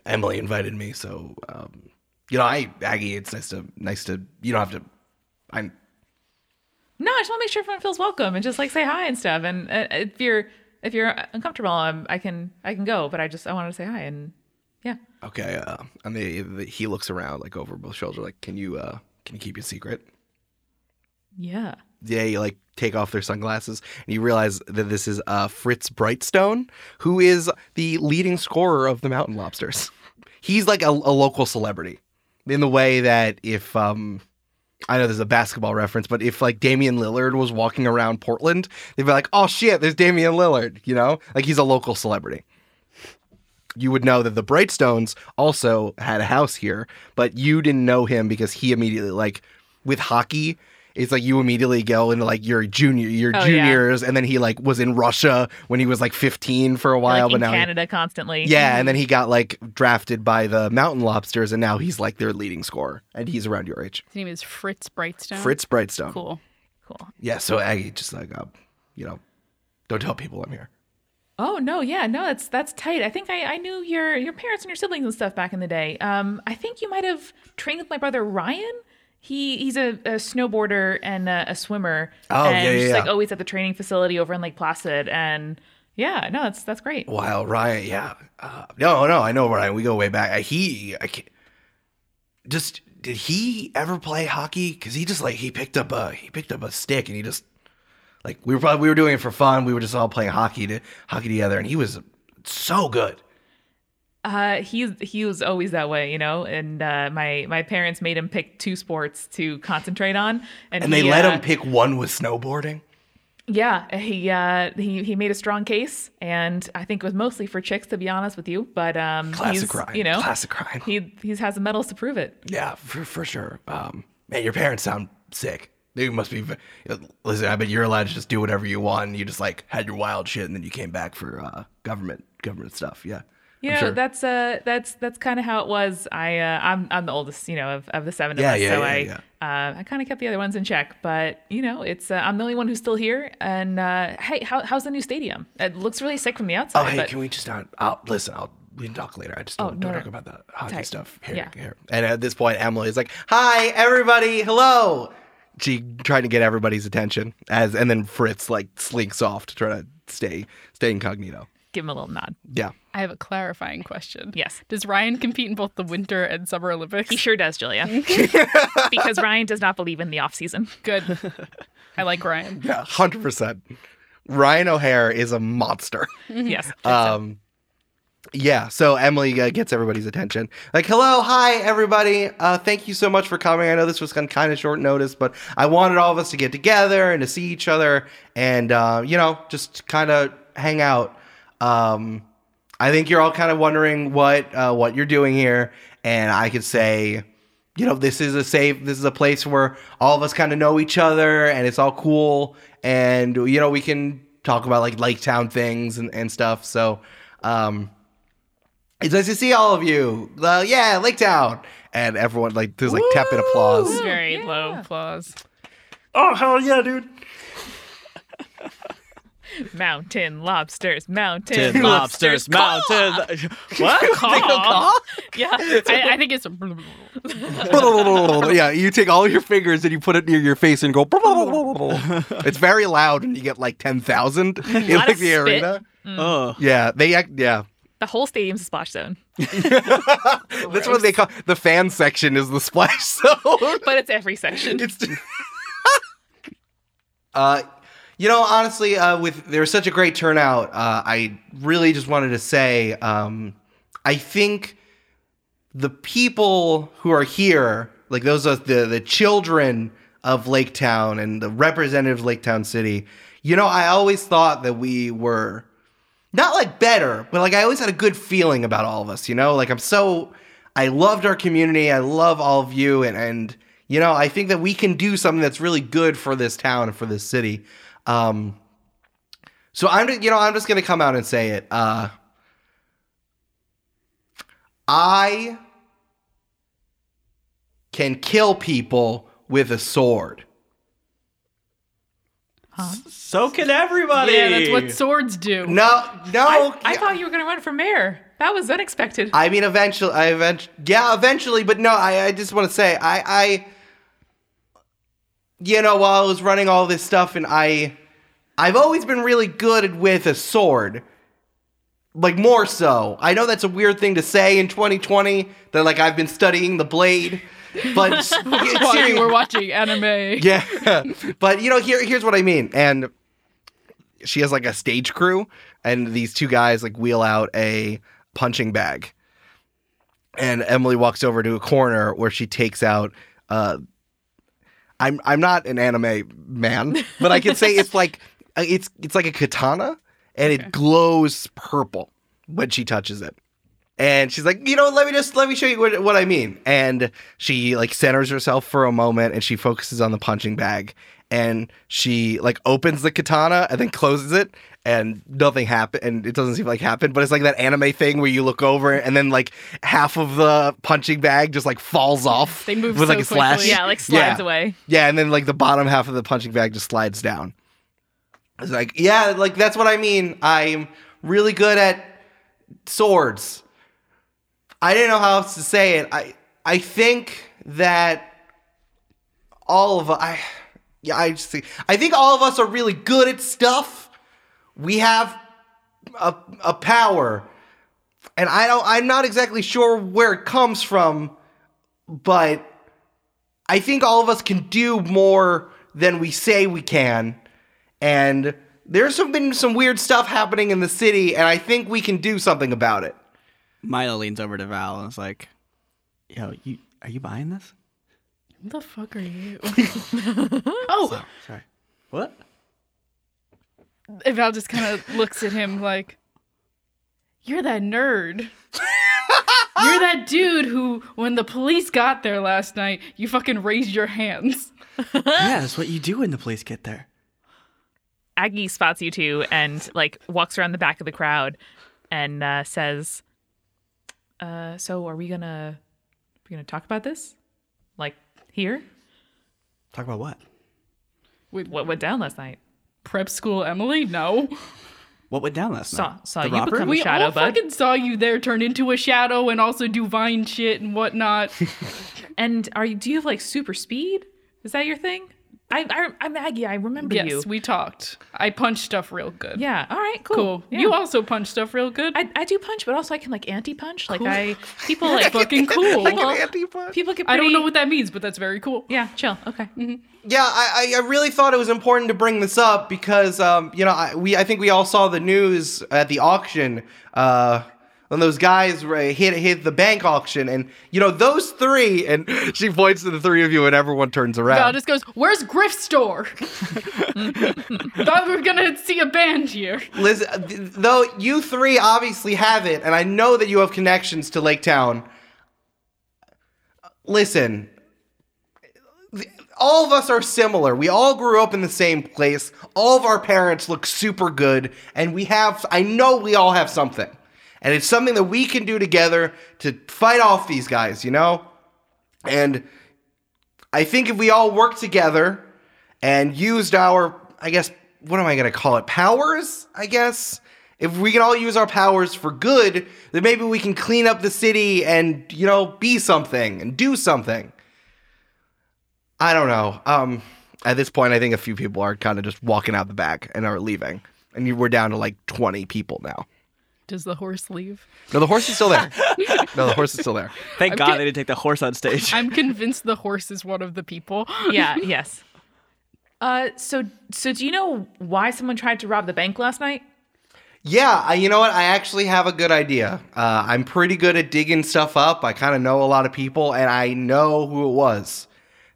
Speaker 2: Emily invited me, so um, you know, I Aggie, it's nice to nice to you don't have to. I'm
Speaker 1: No, I just want to make sure everyone feels welcome and just like say hi and stuff. And uh, if you're, if you're uncomfortable, um, I can, I can go. But I just, I wanted to say hi and yeah.
Speaker 2: okay. Uh, and the, the, he looks around like over both shoulder, like, can you uh, can you keep your secret?
Speaker 1: Yeah.
Speaker 2: they like take off their sunglasses and you realize that this is uh, Fritz Brightstone, who is the leading scorer of the Mountain Lobsters. He's like a, a local celebrity in the way that if um, I know there's a basketball reference, but if like Damian Lillard was walking around Portland, they'd be like, "Oh shit, there's Damian Lillard," you know, like he's a local celebrity. You would know that the Brightstones also had a house here, but you didn't know him because he immediately like with hockey. It's like you immediately go into like your junior, your
Speaker 1: Oh, yeah.
Speaker 2: juniors, and then he like was in Russia when he was like 15 for a while,
Speaker 1: like in
Speaker 2: but now he-
Speaker 1: Canada constantly.
Speaker 2: yeah, and then he got like drafted by the Mountain Lobsters, and now he's like their leading scorer, and he's around your age.
Speaker 4: His name is Fritz Brightstone.
Speaker 2: Fritz Brightstone.
Speaker 4: Oh, Cool.
Speaker 1: Cool.
Speaker 2: Yeah, so Aggie just like, uh, you know, don't tell people I'm here.
Speaker 1: Oh no, yeah, no, that's that's tight. I think I, I knew your your parents and your siblings and stuff back in the day. Um, I think you might have trained with my brother Ryan. He he's a, a snowboarder and a, a swimmer.
Speaker 2: Oh,
Speaker 1: and
Speaker 2: yeah, yeah,
Speaker 1: Just like
Speaker 2: yeah.
Speaker 1: always at the training facility over in Lake Placid, and yeah, no, that's that's great.
Speaker 2: While Ryan, yeah, uh, no, no, I know Ryan. We go way back. Uh, He, I can't, just did he ever play hockey? Because he just like he picked up a he picked up a stick and he just like we were probably we were doing it for fun. We were just all playing hockey to hockey together, and he was so good.
Speaker 1: Uh, he's he was always that way, you know. And uh, my my parents made him pick two sports to concentrate on, and,
Speaker 2: And they
Speaker 1: he,
Speaker 2: let
Speaker 1: uh,
Speaker 2: him pick one with snowboarding.
Speaker 1: Yeah, he uh, he he made a strong case, and I think it was mostly for chicks, to be honest with you. But um,
Speaker 2: Classic
Speaker 1: he's,
Speaker 2: Ryan.
Speaker 1: you know,
Speaker 2: Classic Ryan.
Speaker 1: he he has the medals to prove it.
Speaker 2: Yeah, for, for sure. Um, man, your parents sound sick. They must be. Listen, I bet you're allowed to just do whatever you want. And you just like had your wild shit, and then you came back for uh, government government stuff. Yeah.
Speaker 1: You
Speaker 2: I'm
Speaker 1: know,
Speaker 2: sure.
Speaker 1: that's uh, that's that's kind of how it was. I uh, I'm I'm the oldest, you know, of, of the seven
Speaker 2: Yeah,
Speaker 1: of us.
Speaker 2: yeah,
Speaker 1: so
Speaker 2: yeah,
Speaker 1: I
Speaker 2: yeah.
Speaker 1: Uh, I kind of kept the other ones in check, but you know, it's uh, I'm the only one who's still here. And uh, hey, how, how's the new stadium? It looks really sick from the outside.
Speaker 2: Oh, hey,
Speaker 1: but
Speaker 2: can we just not? I'll, listen, I'll we can talk later. I just don't,
Speaker 1: no,
Speaker 2: don't
Speaker 1: no.
Speaker 2: talk about the hockey
Speaker 1: Sorry.
Speaker 2: stuff here,
Speaker 1: Yeah.
Speaker 2: here. And at this point, Emily is like, "Hi, everybody, hello." She trying to get everybody's attention as, and then Fritz like slinks off to try to stay stay incognito.
Speaker 1: give him a little nod.
Speaker 2: Yeah,
Speaker 4: I have a clarifying question.
Speaker 1: Yes.
Speaker 4: Does Ryan compete in both the Winter and Summer Olympics?
Speaker 1: He sure does, Julia, because Ryan does not believe in the off season.
Speaker 4: Good. I like Ryan.
Speaker 2: yeah, hundred percent. Ryan O'Hare is a monster.
Speaker 1: yes.
Speaker 2: Um, yeah. So Emily uh, gets everybody's attention. Like, hello, hi, everybody. Uh, thank you so much for coming. I know this was on kind of short notice, but I wanted all of us to get together and to see each other, and uh, you know, just kind of hang out. Um, I think you're all kind of wondering what uh, what you're doing here, and I could say, you know, this is a safe, this is a place where all of us kind of know each other, and it's all cool, and you know, we can talk about like Lake Town things and, and stuff. So, um, it's nice to see all of you. Well, yeah, Lake Town, and everyone like there's like tepid applause.
Speaker 1: Very
Speaker 4: Low
Speaker 1: low
Speaker 4: applause.
Speaker 7: Oh, hell yeah, dude.
Speaker 1: mountain lobsters, mountain
Speaker 3: Tin lobsters, mountain. What?
Speaker 1: Caw. Yeah,
Speaker 4: I, I think it's.
Speaker 2: yeah, you take all your fingers and you put it near your face and go. it's very loud, and you get like ten thousand in
Speaker 1: lot
Speaker 2: like
Speaker 1: of
Speaker 2: the
Speaker 1: spit.
Speaker 2: arena.
Speaker 3: Oh,
Speaker 2: Yeah, they act. Yeah,
Speaker 1: the whole stadium's a splash zone,
Speaker 2: that's what they call the fan section is the splash zone.
Speaker 1: but it's every section.
Speaker 2: it's. uh, you know, honestly, uh, with there was such a great turnout, uh, I really just wanted to say, um, I think the people who are here, like those are the the children of Lake Town and the representatives of Lake Town City. You know, I always thought that we were not like better, but like I always had a good feeling about all of us, you know? Like I'm so I loved our community. I love all of you and and you know, I think that we can do something that's really good for this town and for this city. Um so I'm just, you know, I'm just going to come out and say it. Uh I can kill people with a sword.
Speaker 3: so can everybody.
Speaker 4: Yeah, that's what swords do.
Speaker 2: No, no.
Speaker 1: I thought you were going to run for mayor. That was unexpected.
Speaker 2: I mean, eventually, I eventually, yeah, eventually, but no, I, I just want to say, I, I, you know, while I was running all this stuff, and I, I've always been really good with a sword, like more so. I know that's a weird thing to say in 2020 that like I've been studying the blade, but
Speaker 4: While you were watching anime.
Speaker 2: yeah. but you know, here here's what I mean. And she has like a stage crew, and these two guys like wheel out a punching bag. And Emily walks over to a corner where she takes out uh I'm I'm not an anime man, but I can say it's like uh, it's it's like a katana and it glows purple when she touches it. And she's like, you know, let me just let me show you what, what I mean. And she like centers herself for a moment and she focuses on the punching bag and she like opens the katana and then closes it and nothing happened and it doesn't seem like happened but it's like that anime thing where you look over and then like half of the punching bag just like falls off
Speaker 4: They move
Speaker 2: with like
Speaker 4: so
Speaker 2: a slash
Speaker 4: quickly.
Speaker 1: yeah, like slides
Speaker 2: yeah.
Speaker 1: away.
Speaker 2: yeah, and then like the bottom half of the punching bag just slides down. It's like, yeah, like that's what I mean. I'm really good at swords. I didn't know how else to say it. I I think that all of I yeah, I just think I think all of us are really good at stuff. We have a a power. And I don't I'm not exactly sure where it comes from, but I think all of us can do more than we say we can. And there's some, been some weird stuff happening in the city, and I think we can do something about it.
Speaker 3: Milo leans over to Val and is like, "Yo, you are you buying this?"
Speaker 4: Who the fuck are you? oh,
Speaker 3: Sorry. What?
Speaker 4: and Val just kind of looks at him like, "You're that nerd. You're that dude who, when the police got there last night, you fucking raised your hands."
Speaker 3: yeah, that's what you do when the police get there.
Speaker 1: Aggie spots you two and like walks around the back of the crowd and uh, says, uh, "So are we gonna we gonna talk about this? Like here?
Speaker 3: Talk about what?
Speaker 4: With
Speaker 1: What went down last night?
Speaker 4: prep school, Emily? No,
Speaker 3: What went down last
Speaker 1: Saw
Speaker 3: night?
Speaker 1: saw
Speaker 3: The
Speaker 1: you
Speaker 3: robber?
Speaker 1: become a
Speaker 4: we
Speaker 1: shadow,
Speaker 4: all
Speaker 1: bud.
Speaker 4: fucking saw you there turn into a shadow and also do vine shit and whatnot.
Speaker 1: And are you? Do you have like super speed? Is that your thing? I, I I'm Aggie. I remember
Speaker 4: yes,
Speaker 1: you.
Speaker 4: we talked. I punch stuff real good.
Speaker 1: yeah. All right. Cool.
Speaker 4: cool.
Speaker 1: Yeah.
Speaker 4: You also punch stuff real good.
Speaker 1: I, I do punch, but also I can like anti-punch. Like I people like
Speaker 4: fucking cool.
Speaker 1: Like-
Speaker 4: I,
Speaker 1: Well,
Speaker 2: Antifa?
Speaker 1: people get. Pretty,
Speaker 4: don't know what that means, but that's very cool.
Speaker 1: Yeah. Chill. Okay.
Speaker 2: Yeah, I, I- I really thought it was important to bring this up because um, you know I, we I think we all saw the news at the auction uh, when those guys ra- hit hit the bank auction and you know those three and she points to the three of you and everyone turns
Speaker 4: Val
Speaker 2: around.
Speaker 4: just goes, "Where's Grifstor? Thought we were gonna see a band here.
Speaker 2: Liz, th- though you three obviously have it, and I know that you have connections to Lake Town. Listen, th- all of us are similar. We all grew up in the same place. All of our parents look super good, and we have, I know we all have something. And it's something that we can do together to fight off these guys, you know? And I think if we all work together and used our, I guess, what am I going to call it? Powers, I guess. If we can all use our powers for good, then maybe we can clean up the city and, you know, be something and do something. I don't know. Um, at this point, I think a few people are kind of just walking out the back and are leaving. And you- we're down to like 20 people now.
Speaker 4: Does the horse leave?
Speaker 2: No, the horse is still there. no, the horse is still there.
Speaker 3: Thank God
Speaker 4: get-
Speaker 3: they didn't take the horse on stage.
Speaker 4: I'm convinced the horse is one of the people.
Speaker 1: Yeah. yes. Uh. So so do you know why someone tried to rob the bank last night?
Speaker 2: Yeah, I, you know what? I actually have a good idea. Uh, I'm pretty good at digging stuff up. I kind of know a lot of people, and I know who it was.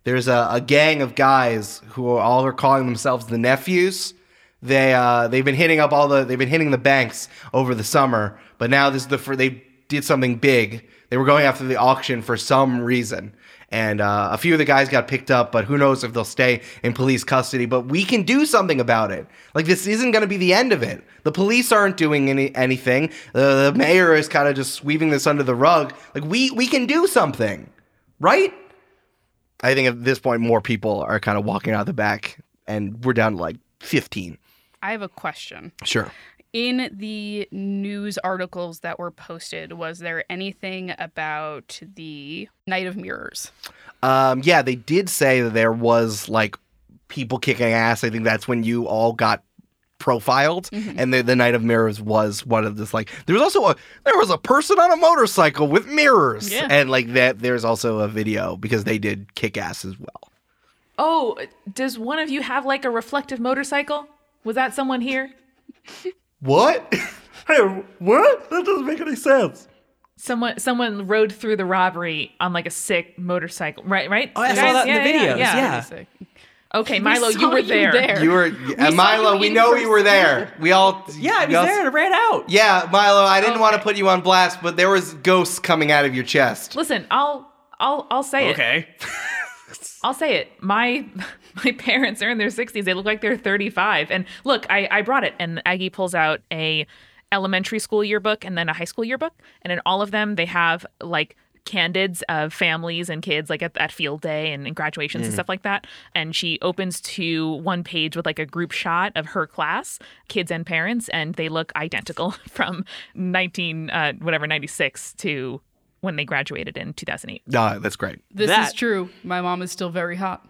Speaker 2: There's a, a gang of guys who are all are calling themselves the nephews. They uh, they've been hitting up all the they've been hitting the banks over the summer, but now this is the fir- they did something big. They were going after the auction for some reason, and uh, a few of the guys got picked up, but who knows if they'll stay in police custody. But we can do something about it. Like this isn't going to be the end of it. The police aren't doing any anything. The, the mayor is kind of just sweeping this under the rug. Like we we can do something, right? I think at this point more people are kind of walking out the back, and we're down to like fifteen.
Speaker 4: I have a question.
Speaker 2: Sure.
Speaker 4: In the news articles that were posted, was there anything about the Night of Mirrors?
Speaker 2: Um, yeah, they did say that there was like people kicking ass. I think that's when you all got profiled, and the, the Night of Mirrors was one of this. Like, there was also a there was a person on a motorcycle with mirrors,
Speaker 4: Yeah.
Speaker 2: and like that. There's also a video because they did kick ass as well.
Speaker 1: Oh, does one of you have like a reflective motorcycle? Was that someone here?
Speaker 2: What?
Speaker 7: Hey, what? That doesn't make any sense.
Speaker 1: Someone someone rode through the robbery on like a sick motorcycle. Right, right?
Speaker 3: Oh, I saw that in the videos, yeah.
Speaker 4: Sick.
Speaker 1: Okay, Milo, you
Speaker 4: saw
Speaker 1: were
Speaker 4: you
Speaker 1: there.
Speaker 4: there.
Speaker 2: you were and Milo.
Speaker 4: you
Speaker 2: We
Speaker 4: in
Speaker 2: know you were there. We all
Speaker 3: yeah, I was
Speaker 2: we all-
Speaker 3: there and I ran out.
Speaker 2: Yeah, Milo. I didn't want to put you on blast, but there was ghosts coming out of your chest.
Speaker 1: Listen, I'll I'll I'll say it.
Speaker 3: Okay.
Speaker 1: I'll say it. My my parents are in their 60s. They look like they're 35. And look, I, I brought it. And Aggie pulls out a elementary school yearbook and then a high school yearbook. And in all of them, they have like candids of families and kids like at, at field day and, and graduations and stuff like that. And she opens to one page with like a group shot of her class, kids and parents, and they look identical from 19 uh, whatever 96 to when they graduated in 2008.
Speaker 2: No, that's great.
Speaker 4: This is
Speaker 3: That-
Speaker 4: true. My mom is still very hot.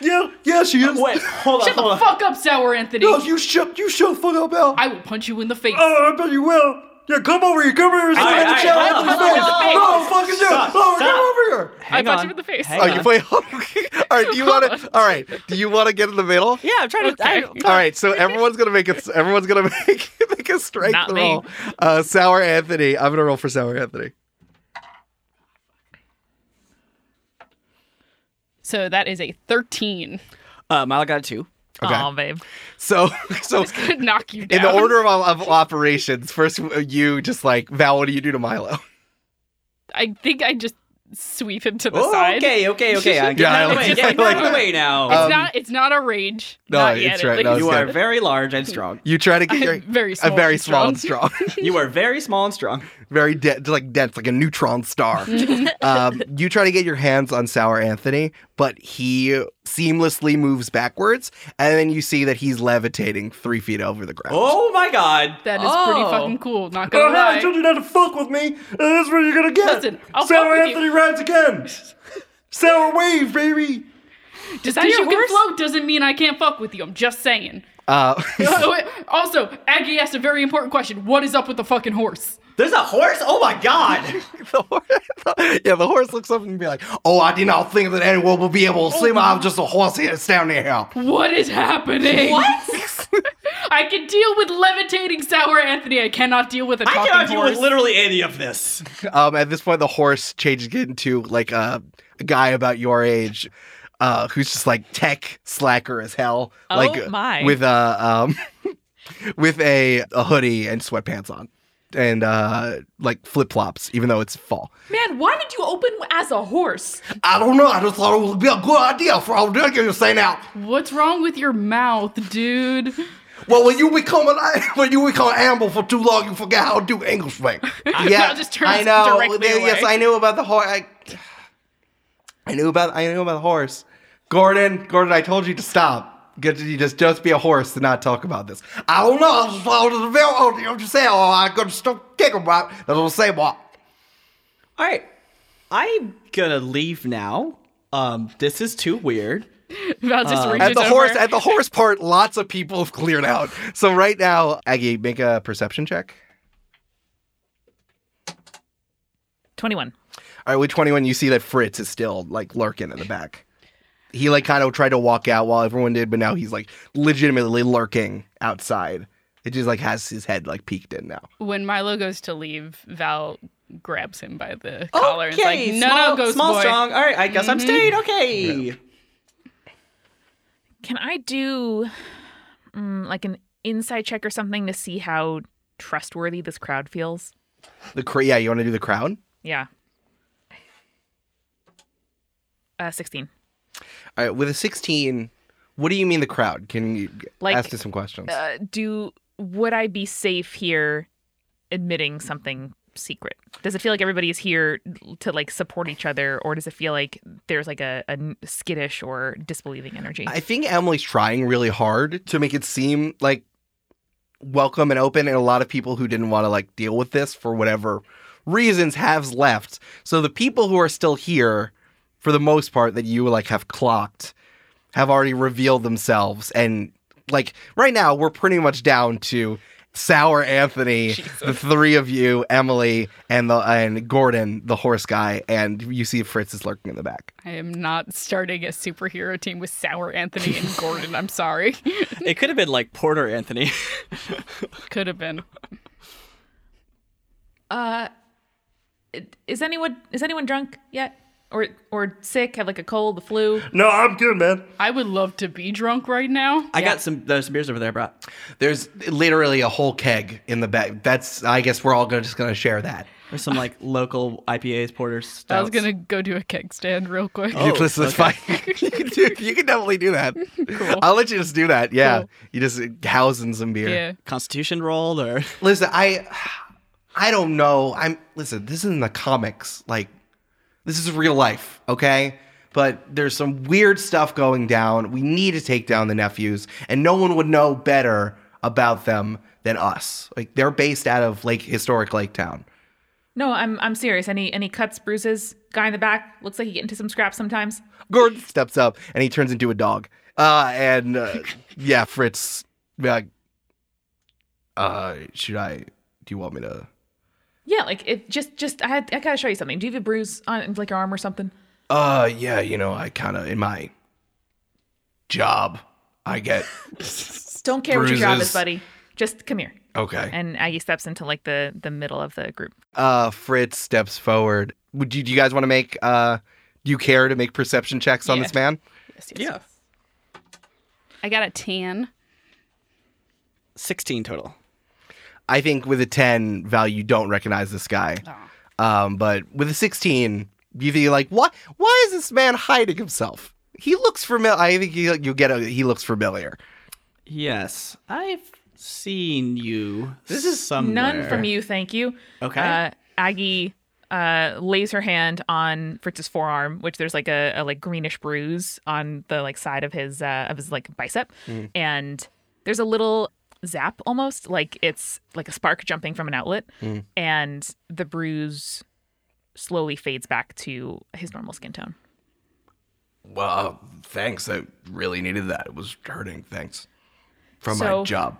Speaker 7: Yeah, yeah, she is.
Speaker 3: Wait, hold on,
Speaker 4: Shut
Speaker 3: hold
Speaker 4: the
Speaker 3: on.
Speaker 4: fuck up, Sour Anthony.
Speaker 7: No, you shut, you shut the fuck up, Al.
Speaker 4: I will punch you in the face.
Speaker 7: oh, I bet you will. Yeah, come over here. Come over here. Sit
Speaker 3: All right,
Speaker 7: on the
Speaker 3: all
Speaker 7: chair.
Speaker 3: right,
Speaker 7: I'll
Speaker 3: hold
Speaker 7: have
Speaker 3: on, hold on,
Speaker 7: this face. No, fucking do it.
Speaker 3: Stop,
Speaker 7: Over,
Speaker 3: stop.
Speaker 7: come over here.
Speaker 3: Hang
Speaker 4: I punch
Speaker 3: on.
Speaker 4: him in the face.
Speaker 3: Hang
Speaker 2: Oh,
Speaker 3: on.
Speaker 2: you play hockey? All right, do you want to? All right, do you want to get in the middle?
Speaker 3: Yeah, I'm trying to. I-
Speaker 4: Okay.
Speaker 2: All right, so everyone's gonna make a everyone's gonna make make a strength
Speaker 1: Not me.
Speaker 2: roll. Uh, Sour Anthony, I'm gonna roll for Sour Anthony.
Speaker 4: So that is a 13.
Speaker 3: uh, Milo got a two.
Speaker 2: Okay.
Speaker 1: Oh, babe.
Speaker 2: So so
Speaker 4: Could knock you
Speaker 2: in
Speaker 4: down.
Speaker 2: the order of, of operations, first uh, you just like Val. What do you do to Milo?
Speaker 4: I think I just sweep him to the
Speaker 3: Oh,
Speaker 4: side.
Speaker 3: okay, okay, okay.
Speaker 2: Yeah,
Speaker 3: I'm getting out of the
Speaker 2: I
Speaker 3: way.
Speaker 2: like-
Speaker 3: Getting out of
Speaker 2: like-
Speaker 3: the way now.
Speaker 4: It's
Speaker 2: Um,
Speaker 4: not it's not a rage.
Speaker 2: No,
Speaker 4: not yet.
Speaker 2: it's right,
Speaker 4: Like,
Speaker 2: no,
Speaker 4: it's
Speaker 3: you
Speaker 2: it's
Speaker 3: are
Speaker 2: good.
Speaker 3: very large and strong.
Speaker 2: You try to get your
Speaker 4: very
Speaker 2: a
Speaker 4: small.
Speaker 2: very
Speaker 4: and
Speaker 2: small and
Speaker 4: strong.
Speaker 2: strong,
Speaker 3: You are very small and strong.
Speaker 2: very de- like dense, like a neutron star. um, you try to get your hands on Sour Anthony, but he seamlessly moves backwards, and then you see that he's levitating three feet over the ground.
Speaker 3: Oh my god.
Speaker 4: That is
Speaker 1: Oh.
Speaker 4: pretty fucking cool. Not
Speaker 7: Oh,
Speaker 4: gonna
Speaker 7: hey, I told
Speaker 4: lie.
Speaker 7: you not to fuck with me. and that's what you're gonna get.
Speaker 4: Listen, I'll
Speaker 7: Sour
Speaker 4: fuck with you.
Speaker 7: Anthony rides again. Sour wave, baby.
Speaker 4: Just
Speaker 1: that
Speaker 4: because you
Speaker 1: your
Speaker 4: can
Speaker 1: horse?
Speaker 4: float doesn't mean I can't fuck with you. I'm just saying.
Speaker 2: Uh,
Speaker 4: Oh, wait, also, Aggie asked a very important question. What is up with the fucking horse?
Speaker 3: There's a horse? Oh my god.
Speaker 2: the horse, yeah, the horse looks up and be like, "Oh, I did not think that anyone would be
Speaker 7: Oh,
Speaker 2: able to see me. I'm just a horse here standing here."
Speaker 4: What is happening?
Speaker 1: What?
Speaker 4: I can deal with levitating sour Anthony. I cannot deal with a talking
Speaker 3: I cannot deal
Speaker 4: horse.
Speaker 3: with literally any of this.
Speaker 2: Um, at this point, the horse changes into like a, a guy about your age, uh, who's just like tech slacker as hell,
Speaker 1: Oh,
Speaker 2: like uh,
Speaker 1: my.
Speaker 2: with a um, with a, a hoodie and sweatpants on, and uh, like flip flops, even though it's fall.
Speaker 8: Man, why did you open as a horse?
Speaker 2: I don't know. I just thought it would be a good idea for our drinking to say now.
Speaker 4: What's wrong with your mouth, dude?
Speaker 2: Well, when you become an when you become amble for too long, you forget how to do English thing.
Speaker 4: Mel just turns directly
Speaker 2: There- Yes,
Speaker 4: away.
Speaker 2: I knew about the horse. I, I knew about I knew about the horse. Gordon, Gordon, I told you to stop. Get you just just be a horse and not talk about this. I don't know. I just I was very old. You know what you say? Oh, I could still kick him right. That's what I say, boy.
Speaker 3: All right. I'm gonna leave now. Um, this is too weird.
Speaker 4: Val just reaches
Speaker 2: At the
Speaker 4: over.
Speaker 2: horse, at the horse part, lots of people have cleared out. So right now, Aggie, make a perception check.
Speaker 1: 21.
Speaker 2: All right, with 21, you see that Fritz is still like lurking in the back. He like kind of tried to walk out while everyone did, but now he's like legitimately lurking outside. It just like has his head like peeked in now.
Speaker 4: when Milo goes to leave, Val grabs him by the collar and is like, "No, no,
Speaker 3: small,
Speaker 4: ghost
Speaker 3: small
Speaker 4: boy." Mm-hmm.
Speaker 3: strong. All right, I guess I'm staying. Okay.
Speaker 1: Can I do mm, like an inside check or something to see how trustworthy this crowd feels?
Speaker 2: The cra- yeah, you want to do the crown?
Speaker 1: Yeah. Uh, 16.
Speaker 2: All right, with a 16, what do you mean the crowd? Can you
Speaker 1: Like,
Speaker 2: ask us some questions?
Speaker 1: Uh, do would I be safe here admitting something secret? Does it feel like everybody is here to like support each other or does it feel like there's like a, a skittish or disbelieving energy?
Speaker 2: I think Emily's trying really hard to make it seem like welcome and open, and a lot of people who didn't want to like deal with this for whatever reasons have left. So the people who are still here, for the most part, that you like have clocked, have already revealed themselves, and like right now we're pretty much down to. Sour Anthony, the three of you, Emily and the and Gordon, the horse guy, and you see Fritz is lurking in the back.
Speaker 4: I am not starting a superhero team with Sour Anthony and Gordon. I'm sorry.
Speaker 3: It could have been like Porter Anthony.
Speaker 4: Could have been.
Speaker 1: is anyone is anyone drunk yet? Or or sick, have like a cold, the flu?
Speaker 7: No, I'm good, man.
Speaker 4: I would love to be drunk right now.
Speaker 3: I got some there's some beers over there, bro.
Speaker 2: There's literally a whole keg in the bag. That's I guess we're all gonna, just gonna share that.
Speaker 3: There's some like local IPAs, porters,
Speaker 4: I
Speaker 3: stouts.
Speaker 4: was gonna go do a keg stand real quick.
Speaker 3: Oh,
Speaker 2: Let's- let's find- you, can do- you can definitely do that. I'll let you just do that. Yeah,
Speaker 4: Cool.
Speaker 2: you just housing some beer.
Speaker 4: Yeah.
Speaker 3: Constitution roll or
Speaker 2: Listen, I I don't know. I'm listen. This isn't the comics. Like this is real life. Okay. But there's some weird stuff going down. We need to take down the nephews, and no one would know better about them than us. Like they're based out of Lake historic Lake Town.
Speaker 1: No, I'm I'm serious. Any any cuts, bruises? Guy in the back looks like he get into some scraps sometimes.
Speaker 2: Gordon steps up and he turns into a dog. Uh, and uh, yeah, Fritz, be like, uh, should I? Do you want me to?
Speaker 1: Yeah, like it just just I had, I gotta show you something. Do you have a bruise on like your arm or something?
Speaker 2: uh, yeah, you know, I kind of, in my job, I get,
Speaker 8: Don't care what your job
Speaker 2: Bruises.
Speaker 8: is, buddy.
Speaker 1: Just come here.
Speaker 2: okay.
Speaker 1: And Aggie steps into like the the middle of the group.
Speaker 2: Uh, Fritz steps forward. Would you, do you guys want to make, uh, do you care to make perception checks on
Speaker 4: Yeah.
Speaker 2: this man?
Speaker 4: Yes, yes,
Speaker 3: Yeah.
Speaker 4: I got a tan.
Speaker 3: 16 total.
Speaker 2: I think with a 10 value, you don't recognize this guy.
Speaker 1: Oh.
Speaker 2: Um, but with a 16, you think like, what? Why is this man hiding himself? He looks familiar. I think you, you get a, he looks familiar.
Speaker 3: Yes, I've seen you. This is
Speaker 1: None from you, thank you.
Speaker 3: Okay.
Speaker 1: Uh, Aggie uh, lays her hand on Fritz's forearm, which there's like a, a like greenish bruise on the like side of his uh, of his like bicep, and there's a little zap almost like it's like a spark jumping from an outlet, and the bruise slowly fades back to his normal skin tone.
Speaker 2: Well, uh, thanks. I really needed that. It was hurting. Thanks. From my
Speaker 1: So-
Speaker 2: job.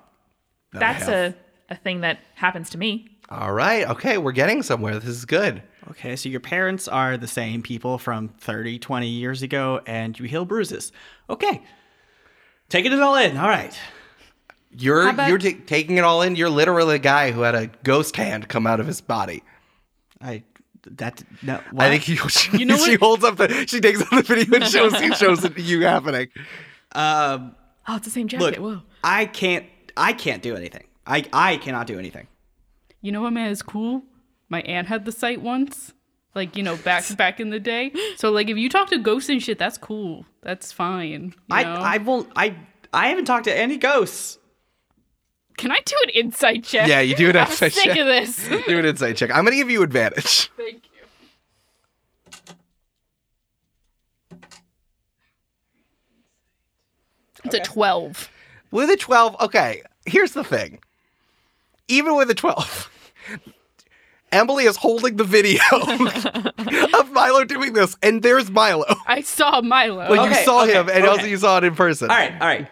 Speaker 2: that I
Speaker 1: That's
Speaker 2: have.
Speaker 1: a a thing that happens to me.
Speaker 2: All right. Okay. We're getting somewhere. This is good.
Speaker 3: Okay, so your parents are the same people from 30, 20 years ago, and you heal bruises. Okay. Taking it all in. All right.
Speaker 2: You're
Speaker 1: How about-
Speaker 2: you're ta- taking it all in. You're literally a guy who had a ghost hand come out of his body.
Speaker 3: I that no.
Speaker 2: I
Speaker 3: what?
Speaker 2: think he, she,
Speaker 4: know
Speaker 2: she
Speaker 4: what-
Speaker 2: holds up the she takes up the video and shows he shows it to you happening.
Speaker 3: Um,
Speaker 1: Oh, it's the same
Speaker 3: look,
Speaker 1: jacket. Whoa.
Speaker 3: I can't. I can't do anything. I I cannot do anything.
Speaker 4: You know what man is cool? My aunt had the site once. Like, you know, back back in the day. So like if you talk to ghosts and shit, that's cool. That's fine. you
Speaker 3: I
Speaker 4: know?
Speaker 3: I won't. I I haven't talked to any ghosts.
Speaker 4: Can I do an insight check?
Speaker 2: Yeah, you do an
Speaker 4: I'm
Speaker 2: insight
Speaker 4: sick
Speaker 2: check.
Speaker 4: of this.
Speaker 2: Do an insight check. I'm gonna give you advantage.
Speaker 4: Thank you. It's a 12.
Speaker 2: With a 12, okay, here's the thing. Even with a 12, Emily is holding the video of Milo doing this, and there's Milo.
Speaker 4: I saw Milo.
Speaker 2: But you
Speaker 3: Okay,
Speaker 2: saw
Speaker 3: okay,
Speaker 2: him, and also
Speaker 3: okay.
Speaker 2: you saw it in person.
Speaker 3: All right. All right.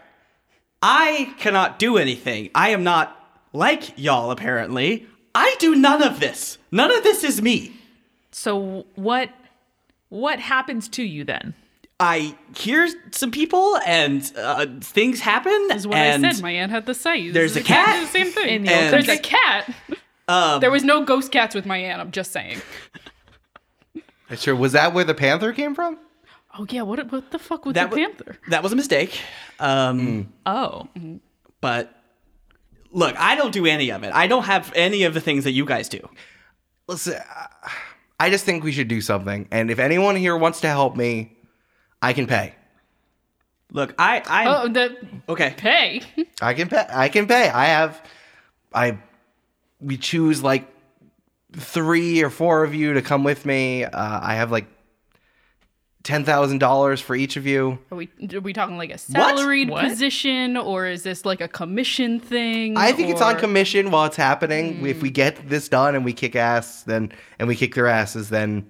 Speaker 3: I cannot do anything. I am not like y'all. Apparently, I do none of this. None of this is me.
Speaker 1: So what what happens to you then?
Speaker 3: I hear some people and uh, things happen.
Speaker 4: This is what
Speaker 3: and
Speaker 4: I said. My aunt had the site. This
Speaker 3: there's
Speaker 4: is
Speaker 3: a
Speaker 4: exactly
Speaker 3: cat.
Speaker 4: The same thing.
Speaker 1: In the
Speaker 3: And-
Speaker 4: there's
Speaker 1: old
Speaker 4: a cat. there was no ghost cats with my aunt. I'm just saying.
Speaker 2: Sure, was that where the panther came from?
Speaker 4: Oh yeah, what what the fuck with
Speaker 3: that
Speaker 4: the
Speaker 3: wa-
Speaker 4: panther?
Speaker 3: that was a mistake. Um,
Speaker 1: Oh.
Speaker 3: But look, I don't do any of it. I don't have any of the things that you guys do.
Speaker 2: Listen, I- I just think we should do something, and if anyone here wants to help me, I can pay.
Speaker 3: Look, I, I,
Speaker 4: Oh, the
Speaker 3: okay.
Speaker 4: pay.
Speaker 2: I can pay. I can pay. I have. I. We choose like three or four of you to come with me. Uh, I have like ten thousand dollars for each of you.
Speaker 4: Are we are we talking like a salaried position or is this like a commission thing?
Speaker 2: I think it's on
Speaker 4: or-
Speaker 2: commission while it's happening. If we get this done and we kick ass, then and we kick their asses, then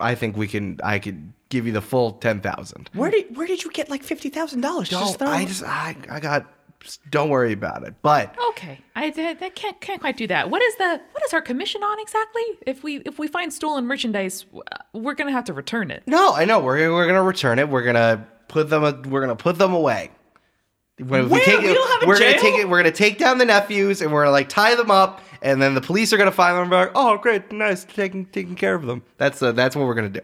Speaker 2: I think we can. I could give you the full ten thousand.
Speaker 3: Where did where did you get like fifty thousand dollars?
Speaker 2: Don't. I just. I. I got. Don't worry about it. But
Speaker 1: Okay. I that, that can't can't quite do that. What is the what is our commission on exactly? If we if we find stolen merchandise, w- we're going to have to return it.
Speaker 2: No, I know. We're we're gonna return it. We're gonna put them. We're gonna put them away. When
Speaker 3: Where? We don't have a
Speaker 2: we're gonna
Speaker 3: jail?
Speaker 2: take it. We're gonna take down the nephews, and we're gonna like tie them up, and then the police are gonna find them. And be like, oh, great, nice, taking taking care of them. That's uh, that's what we're gonna do.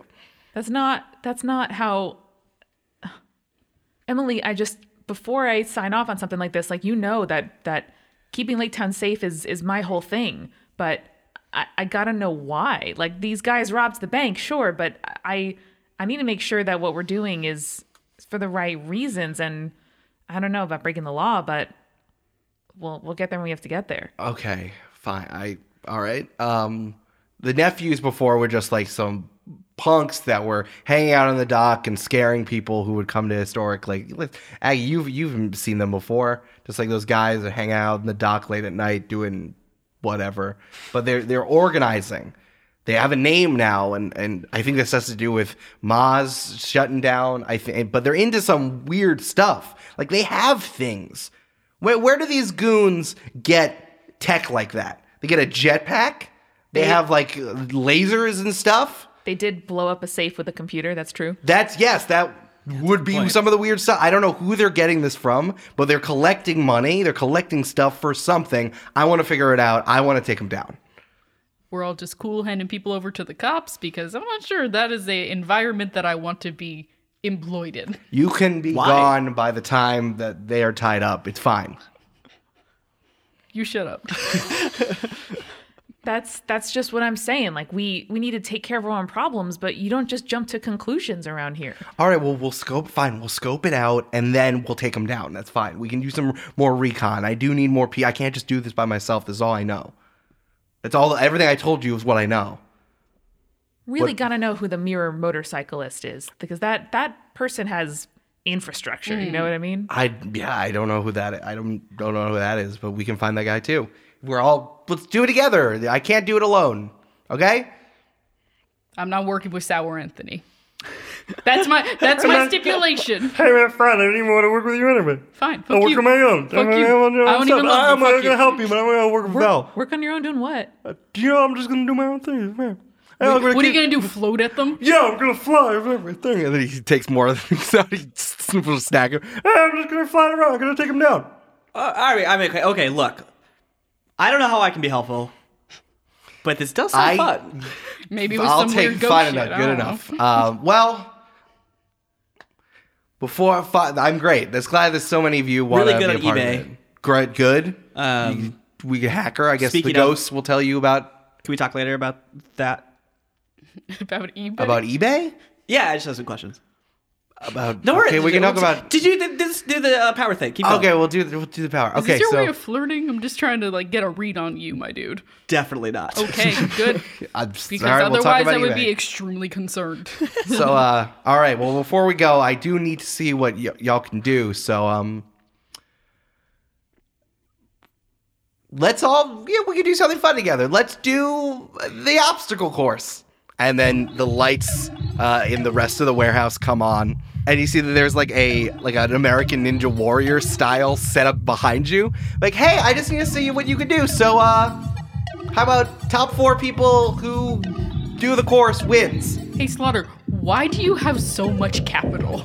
Speaker 1: That's not that's not how Emily, I just before I sign off on something like this, like you know that that keeping Lake Town safe is is my whole thing, but I, I gotta know why. Like these guys robbed the bank, sure, but I I need to make sure that what we're doing is for the right reasons and I don't know about breaking the law, but we'll we'll get there when we have to get there.
Speaker 2: Okay, fine. I all right. Um, the nephews before were just like some punks that were hanging out on the dock and scaring people who would come to historic. Like like- Aggie, you've you've seen them before, just like those guys that hang out on the dock late at night doing whatever. But they're they're organizing. They have a name now, and, and I think this has to do with Maz shutting down. I think, but they're into some weird stuff. Like they have things. Where, where do these goons get tech like that? They get a jetpack. They have like lasers and stuff.
Speaker 1: They did blow up a safe with a computer. That's true.
Speaker 2: That's yes, that would be some of the weird stuff. I don't know who they're getting this from, but they're collecting money, they're collecting stuff for something. I want to figure it out. I want to take them down.
Speaker 4: We're all just cool handing people over to the cops because I'm not sure that is a environment that I want to be employed in.
Speaker 2: You can be gone by the time that they are tied up. It's fine.
Speaker 4: You shut up.
Speaker 1: That's that's just what I'm saying. Like we we need to take care of our own problems, but you don't just jump to conclusions around here.
Speaker 2: All right, well, we'll scope. Fine, we'll scope it out, and then we'll take them down. That's fine. We can do some more recon. I do need more P. I can't just do this by myself. This is all I know. That's all. Everything I told you is what I know.
Speaker 1: Really
Speaker 2: What-
Speaker 1: got to know who the mirror motorcyclist is because that that person has infrastructure. You know what I mean?
Speaker 2: I yeah, I don't know who that. I don't don't know who that is, but we can find that guy too. We're all let's do it together. I can't do it alone. Okay.
Speaker 4: I'm not working with Sour Anthony. That's my that's my stipulation.
Speaker 7: Hey man, fine. I didn't even want to work with you anyway.
Speaker 4: Fine. Fuck
Speaker 7: I work
Speaker 4: you.
Speaker 7: on my own.
Speaker 4: Fuck
Speaker 7: I'm,
Speaker 4: you.
Speaker 7: I'm, I'm,
Speaker 4: I don't even love you.
Speaker 7: I'm
Speaker 4: Fuck
Speaker 7: not
Speaker 4: you.
Speaker 7: gonna help you, but I'm gonna work with Val.
Speaker 1: Work on your own doing what?
Speaker 7: Uh, You know, I'm just gonna do my own thing. Man. What,
Speaker 4: What are you gonna do? Float at them?
Speaker 7: Yeah, I'm gonna fly with everything.
Speaker 2: And then he takes more of the things out. He sniffs a snack.
Speaker 7: "Ah, I'm just gonna fly around. I'm gonna take him down.
Speaker 3: Uh, all right, I mean, okay, okay, look, I don't know how I can be helpful, but this does sound
Speaker 2: I-
Speaker 3: fun.
Speaker 4: Maybe with
Speaker 2: I'll
Speaker 4: some
Speaker 2: take
Speaker 4: weird ghost
Speaker 2: fine
Speaker 4: shit. I
Speaker 2: enough.
Speaker 4: don't
Speaker 2: Good
Speaker 4: know.
Speaker 2: enough. Um, well, before fi- I'm great. That's glad that so many of you want
Speaker 3: Really
Speaker 2: to
Speaker 3: good
Speaker 2: be a
Speaker 3: on
Speaker 2: part
Speaker 3: eBay.
Speaker 2: of it. Great, good.
Speaker 4: Uh,
Speaker 3: Um,
Speaker 2: We hacker. I guess
Speaker 3: Speaking
Speaker 2: the
Speaker 3: of-
Speaker 2: ghosts will tell you about
Speaker 3: can we talk later about that?
Speaker 4: About eBay.
Speaker 2: about eBay.
Speaker 3: Yeah, I just have some questions.
Speaker 2: About
Speaker 3: Don't worry.
Speaker 2: Okay, we can talk about.
Speaker 3: Did you did this, do the uh, power thing? Keep going.
Speaker 2: Okay, we'll do the, we'll do the power.
Speaker 4: Is
Speaker 2: Okay,
Speaker 4: this your
Speaker 2: so
Speaker 4: way of flirting? I'm just trying to like get a read on you, my dude.
Speaker 3: definitely not.
Speaker 4: Okay, good.
Speaker 2: I'm
Speaker 4: Because
Speaker 2: sorry, we'll talk
Speaker 4: otherwise,
Speaker 2: about
Speaker 4: I would
Speaker 2: eBay.
Speaker 4: be extremely concerned.
Speaker 2: so uh all right well before we go i do need to see what y- y'all can do so um let's all yeah we can do something fun together let's do the obstacle course and then the lights uh, in the rest of the warehouse come on and you see that there's like a like an american ninja warrior style setup behind you like hey i just need to see what you can do so uh how about top four people who do the course wins
Speaker 4: hey, Slaughter, why do you have so much capital?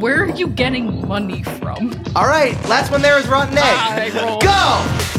Speaker 4: Where are you getting money from?
Speaker 2: All right, last one there is rotten egg.
Speaker 4: Ah, egg roll.
Speaker 2: Go!